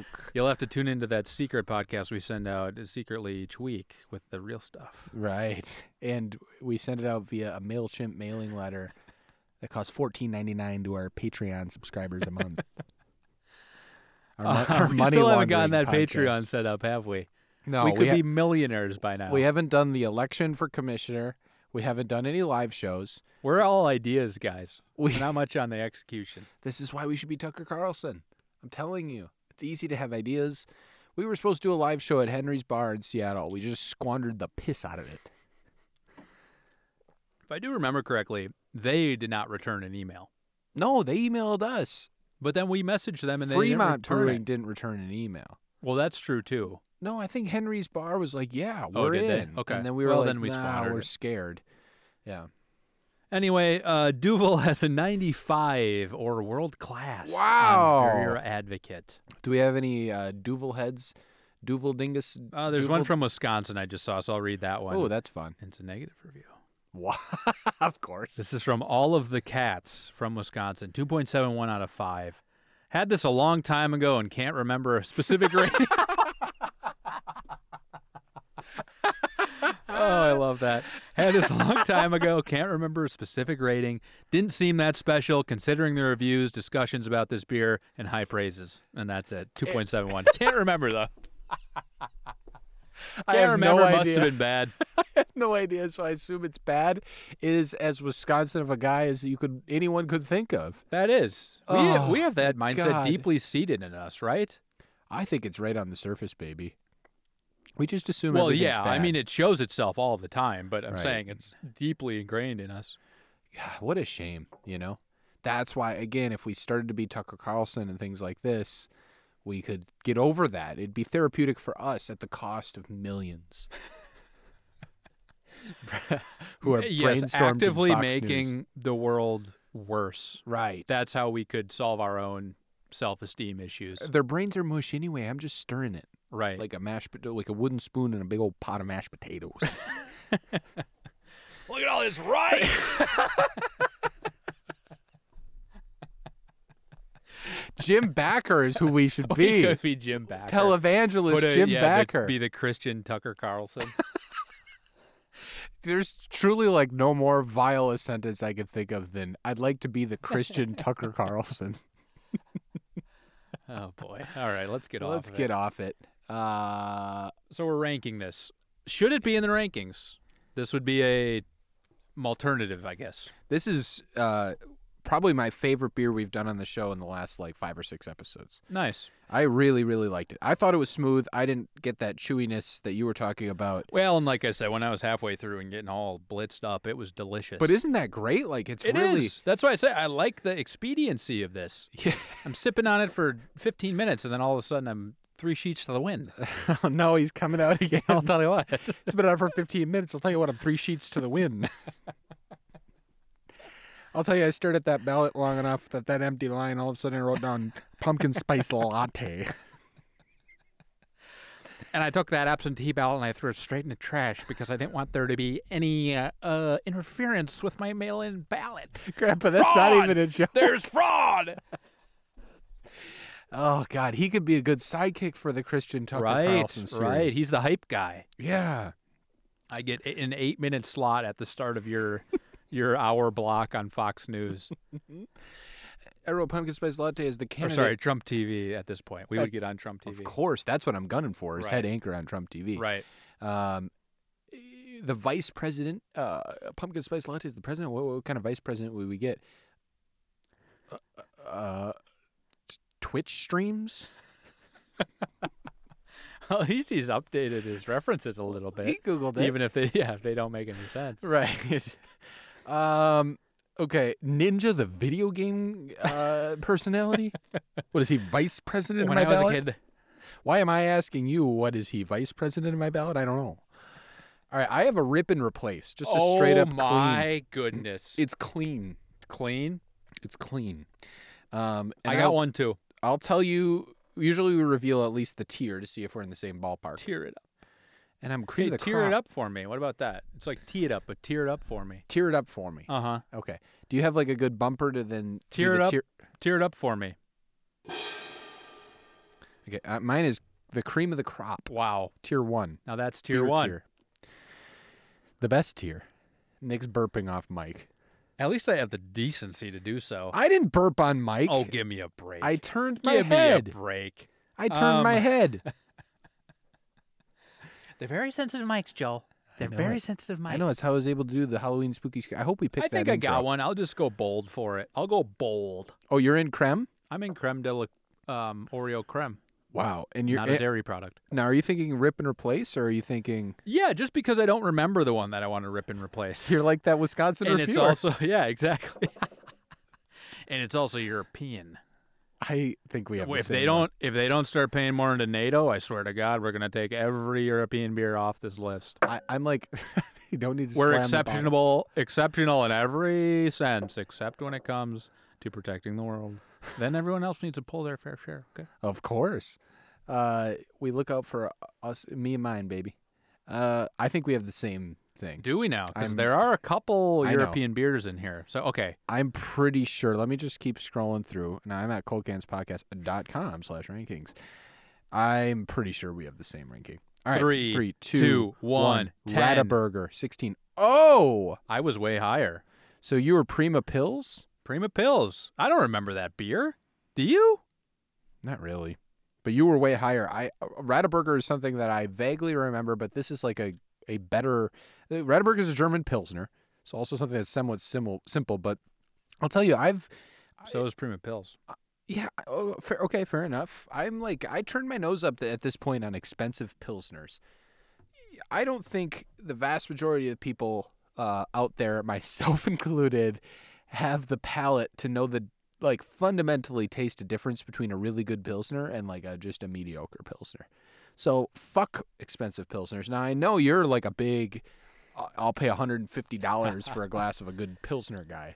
[SPEAKER 1] joke.
[SPEAKER 3] You'll have to tune into that secret podcast we send out secretly each week with the real stuff.
[SPEAKER 1] Right. And we send it out via a Mailchimp mailing letter that costs fourteen ninety nine to our Patreon subscribers a month. Our, mon- our
[SPEAKER 3] we
[SPEAKER 1] money
[SPEAKER 3] still haven't gotten that
[SPEAKER 1] laundering podcast.
[SPEAKER 3] Patreon set up, have we?
[SPEAKER 1] No,
[SPEAKER 3] we
[SPEAKER 1] we,
[SPEAKER 3] could
[SPEAKER 1] ha-
[SPEAKER 3] be millionaires by now.
[SPEAKER 1] we haven't done the election for commissioner. We haven't done any live shows.
[SPEAKER 3] We're all ideas, guys.
[SPEAKER 1] We-
[SPEAKER 3] not much on the execution.
[SPEAKER 1] This is why we should be Tucker Carlson. I'm telling you, it's easy to have ideas. We were supposed to do a live show at Henry's Bar in Seattle. We just squandered the piss out of it.
[SPEAKER 3] If I do remember correctly, they did not return an email,
[SPEAKER 1] No, they emailed us.
[SPEAKER 3] but then we messaged them and they
[SPEAKER 1] Fremont
[SPEAKER 3] didn't return
[SPEAKER 1] Brewing
[SPEAKER 3] it.
[SPEAKER 1] didn't return an email.
[SPEAKER 3] Well, that's true too.
[SPEAKER 1] No, I think Henry's Bar was like, "Yeah, we're
[SPEAKER 3] did they?
[SPEAKER 1] in."
[SPEAKER 3] Okay.
[SPEAKER 1] and then we were
[SPEAKER 3] Well,
[SPEAKER 1] like,
[SPEAKER 3] then we
[SPEAKER 1] "Nah,
[SPEAKER 3] squandered
[SPEAKER 1] we're
[SPEAKER 3] it."
[SPEAKER 1] scared." Yeah.
[SPEAKER 3] Anyway, uh, Duval has a 95 or world class. on
[SPEAKER 1] Wow.
[SPEAKER 3] Barrier advocate.
[SPEAKER 1] Do we have any uh, Duval heads? Duval dingus?
[SPEAKER 3] Uh, there's one
[SPEAKER 1] Duval-
[SPEAKER 3] from Wisconsin I just saw, so I'll read that one.
[SPEAKER 1] Oh, that's fun.
[SPEAKER 3] it's a negative review.
[SPEAKER 1] Wow. of course.
[SPEAKER 3] This is from All of the Cats from Wisconsin. 2.71 out of 5. Had this a long time ago and can't remember a specific rating. oh, I love that. Had this a long time ago, can't remember a specific rating. Didn't seem that special considering the reviews, discussions about this beer, and high praises. And that's it.
[SPEAKER 1] Eh,
[SPEAKER 3] 2.71. Can't remember though.
[SPEAKER 1] I
[SPEAKER 3] Can't
[SPEAKER 1] have no
[SPEAKER 3] remember. Must
[SPEAKER 1] idea.
[SPEAKER 3] have been bad.
[SPEAKER 1] no idea, so I assume it's bad. It is as Wisconsin of a guy as you could anyone could think of.
[SPEAKER 3] That is. We,
[SPEAKER 1] Oh,
[SPEAKER 3] we have that mindset
[SPEAKER 1] God.
[SPEAKER 3] deeply seated in us, right?
[SPEAKER 1] I think it's right on the surface, baby. We just assume.
[SPEAKER 3] Well,
[SPEAKER 1] everything's
[SPEAKER 3] yeah, I
[SPEAKER 1] bad.
[SPEAKER 3] mean it shows itself all the time, but I'm
[SPEAKER 1] Right.
[SPEAKER 3] saying it's deeply ingrained in us.
[SPEAKER 1] God, what a shame, you know. That's why, again, if we started to be Tucker Carlson and things like this, we could get over that. It'd be therapeutic for us at the cost of millions. Who are
[SPEAKER 3] yes,
[SPEAKER 1] brainstormed in
[SPEAKER 3] actively
[SPEAKER 1] Fox News.
[SPEAKER 3] making the world worse.
[SPEAKER 1] right.
[SPEAKER 3] That's how we could solve our own self-esteem issues.
[SPEAKER 1] Their brains are mush anyway. I'm just stirring it
[SPEAKER 3] Right.
[SPEAKER 1] like a mashed potato, like a wooden spoon and a big old pot of mashed potatoes.
[SPEAKER 3] Look at all this rice.
[SPEAKER 1] Jim Backer is who we should
[SPEAKER 3] we
[SPEAKER 1] be.
[SPEAKER 3] could be Jim Backer.
[SPEAKER 1] Televangelist
[SPEAKER 3] Put a-
[SPEAKER 1] Jim
[SPEAKER 3] yeah, the-
[SPEAKER 1] Backer.
[SPEAKER 3] Be the Christian Tucker Carlson.
[SPEAKER 1] There's truly like no more vile a sentence I could think of than I'd like to be the Christian Tucker Carlson.
[SPEAKER 3] oh boy. All right, let's get off.
[SPEAKER 1] Let's
[SPEAKER 3] of it.
[SPEAKER 1] get off it. Uh,
[SPEAKER 3] So we're ranking this. Should it be in the rankings? This would be a alternative, I guess.
[SPEAKER 1] this is uh, probably my favorite beer we've done on the show in the last like five or six episodes.
[SPEAKER 3] Nice.
[SPEAKER 1] I really, really liked it. I thought it was smooth. I didn't get that chewiness that you were talking about.
[SPEAKER 3] Well, and like I said, when I was halfway through and getting all blitzed up, it was delicious.
[SPEAKER 1] But isn't that great? Like it's
[SPEAKER 3] It
[SPEAKER 1] really
[SPEAKER 3] is. That's why I say I like the expediency of this.
[SPEAKER 1] Yeah.
[SPEAKER 3] I'm sipping on it for 15 minutes, and then all of a sudden I'm three sheets to the wind.
[SPEAKER 1] oh no, he's coming out again.
[SPEAKER 3] I'll tell you what.
[SPEAKER 1] It's been out for 15 minutes. I'll tell you what, I'm three sheets to the wind. I'll tell you, I stared at that ballot long enough that that empty line all of a sudden I wrote down pumpkin spice latte.
[SPEAKER 3] And I took that absentee ballot and I threw it straight in the trash because I didn't want there to be any uh, uh, interference with my mail-in ballot.
[SPEAKER 1] Grandpa, that's not even a joke.
[SPEAKER 3] There's fraud.
[SPEAKER 1] Oh, God. He could be a good sidekick for the Christian Tucker
[SPEAKER 3] right,
[SPEAKER 1] Carlson series.
[SPEAKER 3] right. He's the hype guy.
[SPEAKER 1] Yeah.
[SPEAKER 3] I get i- an eight-minute slot at the start of your your hour block on Fox News.
[SPEAKER 1] I wrote pumpkin spice latte as the
[SPEAKER 3] or
[SPEAKER 1] candidate.
[SPEAKER 3] sorry, Trump TV. At this point, we
[SPEAKER 1] Uh,
[SPEAKER 3] would get on Trump TV.
[SPEAKER 1] Of course. That's what I'm gunning for is
[SPEAKER 3] Right.
[SPEAKER 1] head anchor on Trump TV.
[SPEAKER 3] Right.
[SPEAKER 1] Um, the vice president, uh, pumpkin spice latte is the president. What, what kind of vice president would we get? Uh, uh, t- Twitch streams.
[SPEAKER 3] At least he's updated his references a little bit,
[SPEAKER 1] He googled it.
[SPEAKER 3] even if they yeah if they don't make any sense.
[SPEAKER 1] Right. um. Okay, Ninja, the video game uh, personality. what is he, vice president
[SPEAKER 3] when
[SPEAKER 1] of
[SPEAKER 3] I
[SPEAKER 1] my
[SPEAKER 3] was
[SPEAKER 1] ballot?
[SPEAKER 3] a kid,
[SPEAKER 1] Why am I asking you? What is he, vice president of my ballot? I don't know. All right, I have a rip and replace, just a straight
[SPEAKER 3] oh
[SPEAKER 1] up
[SPEAKER 3] my goodness,
[SPEAKER 1] clean. It's clean.
[SPEAKER 3] clean.
[SPEAKER 1] It's clean. Um,
[SPEAKER 3] I
[SPEAKER 1] and
[SPEAKER 3] got
[SPEAKER 1] I'll-
[SPEAKER 3] one too.
[SPEAKER 1] I'll tell you. Usually, we reveal at least the tier to see if we're in the same ballpark.
[SPEAKER 3] Tear it up.
[SPEAKER 1] And I'm cream the
[SPEAKER 3] Hey, tear it
[SPEAKER 1] crop.
[SPEAKER 3] up for me. What about that? It's like tee it up, but tear it up for me.
[SPEAKER 1] Tear it up for me.
[SPEAKER 3] Uh huh.
[SPEAKER 1] Okay. Do you have like a good bumper to then do
[SPEAKER 3] Tear it
[SPEAKER 1] the
[SPEAKER 3] up. Tear it up for me.
[SPEAKER 1] Okay. Uh, mine is the cream of the crop.
[SPEAKER 3] Wow.
[SPEAKER 1] Tier one.
[SPEAKER 3] Now that's tier
[SPEAKER 1] Beer
[SPEAKER 3] one.
[SPEAKER 1] tier. The best tier. Nick's burping off Mike.
[SPEAKER 3] At least I have the decency to do so.
[SPEAKER 1] I didn't burp on Mike.
[SPEAKER 3] oh, give me a break.
[SPEAKER 1] I turned my
[SPEAKER 3] give me
[SPEAKER 1] head.
[SPEAKER 3] a break.
[SPEAKER 1] I turned my
[SPEAKER 3] Um,
[SPEAKER 1] head.
[SPEAKER 7] They're very sensitive mics, Joe. They're
[SPEAKER 1] know
[SPEAKER 7] very
[SPEAKER 1] it.
[SPEAKER 7] sensitive mics.
[SPEAKER 1] I know it's how I was able to do the Halloween spooky. sc- I hope we picked
[SPEAKER 3] I think
[SPEAKER 1] that
[SPEAKER 3] I got
[SPEAKER 1] intro.
[SPEAKER 3] one. I'll just go bold for it. I'll go bold.
[SPEAKER 1] Oh, you're in creme.
[SPEAKER 3] I'm in creme de la um, Oreo creme,
[SPEAKER 1] Wow. And you're
[SPEAKER 3] not a dairy product.
[SPEAKER 1] now. Are you thinking rip and replace, or are you thinking?
[SPEAKER 3] Yeah, just because I don't remember the one that I want to rip and replace.
[SPEAKER 1] You're like that Wisconsin
[SPEAKER 3] and
[SPEAKER 1] reviewer.
[SPEAKER 3] it's also yeah, exactly. and it's also European.
[SPEAKER 1] I think we have. the
[SPEAKER 3] if
[SPEAKER 1] same
[SPEAKER 3] they
[SPEAKER 1] one.
[SPEAKER 3] don't if they don't start paying more into NATO, I swear to God, we're gonna take every European beer off this list.
[SPEAKER 1] I, I'm like, you don't need to.
[SPEAKER 3] We're
[SPEAKER 1] slam the bottle.
[SPEAKER 3] exceptional, exceptional in every sense, except when it comes to protecting the world. then everyone else needs to pull their fair share. Okay.
[SPEAKER 1] Of course, uh, we look out for us, me and mine, baby. Uh, I think we have the same thing.
[SPEAKER 3] Do we now? Because
[SPEAKER 1] I'm-
[SPEAKER 3] there are a couple
[SPEAKER 1] I know.
[SPEAKER 3] European beers in here. So okay,
[SPEAKER 1] I'm pretty sure. Let me just keep scrolling through. Now I'm at coldcanspodcast.com slash rankings. I'm pretty sure we have the same ranking. All right,
[SPEAKER 3] Three,
[SPEAKER 1] three,
[SPEAKER 3] two, one, ten.
[SPEAKER 1] Rataburger, sixteen. Oh,
[SPEAKER 3] I was way higher.
[SPEAKER 1] so you were Prima Pills?
[SPEAKER 3] Prima Pills. I don't remember that beer. Do you?
[SPEAKER 1] Not really. But you were way higher. I Rataburger is something that I vaguely remember, but this is like a a better uh, Rataburger is a German pilsner. It's also something that's somewhat simil- simple, but I'll tell you, I've
[SPEAKER 3] So is Prima Pills.
[SPEAKER 1] yeah, I- oh, fair, okay, fair enough. I'm like I turned my nose up th- at this point on expensive pilsners. I don't think the vast majority of people uh, out there, myself included, have the palate to know the like fundamentally taste a difference between a really good pilsner and like a just a mediocre pilsner. So fuck expensive pilsners. Now I know you're like a big, I- I'll pay $150 for a glass of a good pilsner guy.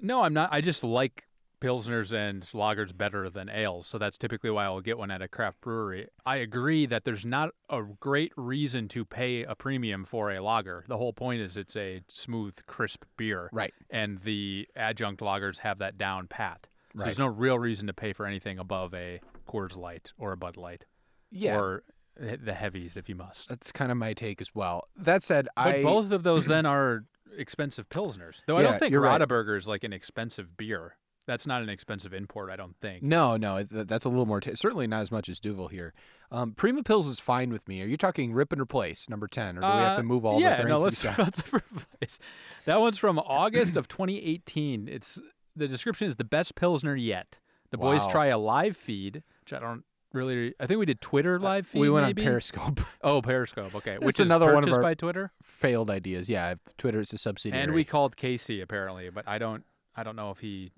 [SPEAKER 3] No, I'm not. I just like pilsners and lagers better than ales, so that's typically why I'll get one at a craft brewery. I agree that there's not a great reason to pay a premium for a lager. The whole point is it's a smooth, crisp beer,
[SPEAKER 1] Right.
[SPEAKER 3] and the adjunct lagers have that down pat. So there's no real reason to pay for anything above a Coors Light or a Bud Light
[SPEAKER 1] Yeah.
[SPEAKER 3] or he- the heavies if you must.
[SPEAKER 1] that's kind of my take as well. That said,
[SPEAKER 3] But
[SPEAKER 1] I
[SPEAKER 3] both of those then are expensive pilsners. Though I
[SPEAKER 1] Yeah,
[SPEAKER 3] don't think
[SPEAKER 1] you're right.
[SPEAKER 3] Radeberger is like an expensive beer. That's not an expensive import, I don't think.
[SPEAKER 1] No, no, it- th- that's a little more. T- certainly not as much as Duvel here. Um, Prima Pills is fine with me. Are you talking rip and replace number ten, or do we have
[SPEAKER 3] Uh,
[SPEAKER 1] to move all?
[SPEAKER 3] yeah,
[SPEAKER 1] the
[SPEAKER 3] no,
[SPEAKER 1] things
[SPEAKER 3] let's,
[SPEAKER 1] down?
[SPEAKER 3] let's replace. That one's from August of 2018. It's the description is the best pilsner yet. The boys
[SPEAKER 1] Wow.
[SPEAKER 3] try a live feed, which I don't really. I think we did Twitter live feed.
[SPEAKER 1] Uh, We went
[SPEAKER 3] maybe?
[SPEAKER 1] on Periscope.
[SPEAKER 3] Oh, Periscope. Okay, which is
[SPEAKER 1] another one of
[SPEAKER 3] purchased
[SPEAKER 1] our-
[SPEAKER 3] by Twitter.
[SPEAKER 1] Failed ideas. Yeah, Twitter is a subsidiary.
[SPEAKER 3] And we called Casey apparently, but I don't. I don't know if he.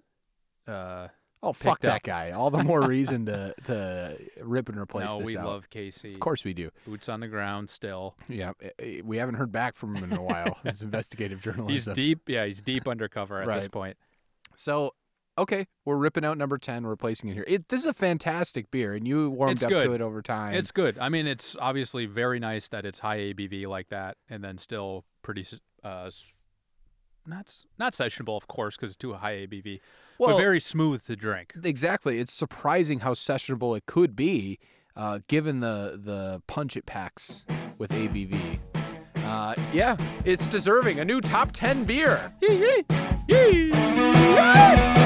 [SPEAKER 3] Uh,
[SPEAKER 1] oh fuck
[SPEAKER 3] picked
[SPEAKER 1] that
[SPEAKER 3] up.
[SPEAKER 1] guy. All the more reason to to rip and replace.
[SPEAKER 3] no,
[SPEAKER 1] this
[SPEAKER 3] we
[SPEAKER 1] out.
[SPEAKER 3] love Casey.
[SPEAKER 1] Of course we do.
[SPEAKER 3] Boots on the ground still.
[SPEAKER 1] Yeah, eh, eh, we haven't heard back from him in a while. It's investigative journalism.
[SPEAKER 3] He's deep. Yeah, he's deep undercover at this
[SPEAKER 1] Right.
[SPEAKER 3] point.
[SPEAKER 1] So, okay, we're ripping out number 10, we're replacing it here. It, this is a fantastic beer, and you warmed
[SPEAKER 3] It's
[SPEAKER 1] up to
[SPEAKER 3] good.
[SPEAKER 1] it over time.
[SPEAKER 3] It's good. I mean, it's obviously very nice that it's high ABV like that, and then still pretty, s- uh, s- not s- not sessionable, of course, because it's too high ABV,
[SPEAKER 1] well,
[SPEAKER 3] but very smooth to drink.
[SPEAKER 1] exactly. It's surprising how sessionable it could be, uh, given the, the punch it packs with ABV. Uh, yeah, it's deserving a new top 10 beer. Yee, yee. Yee. Yay!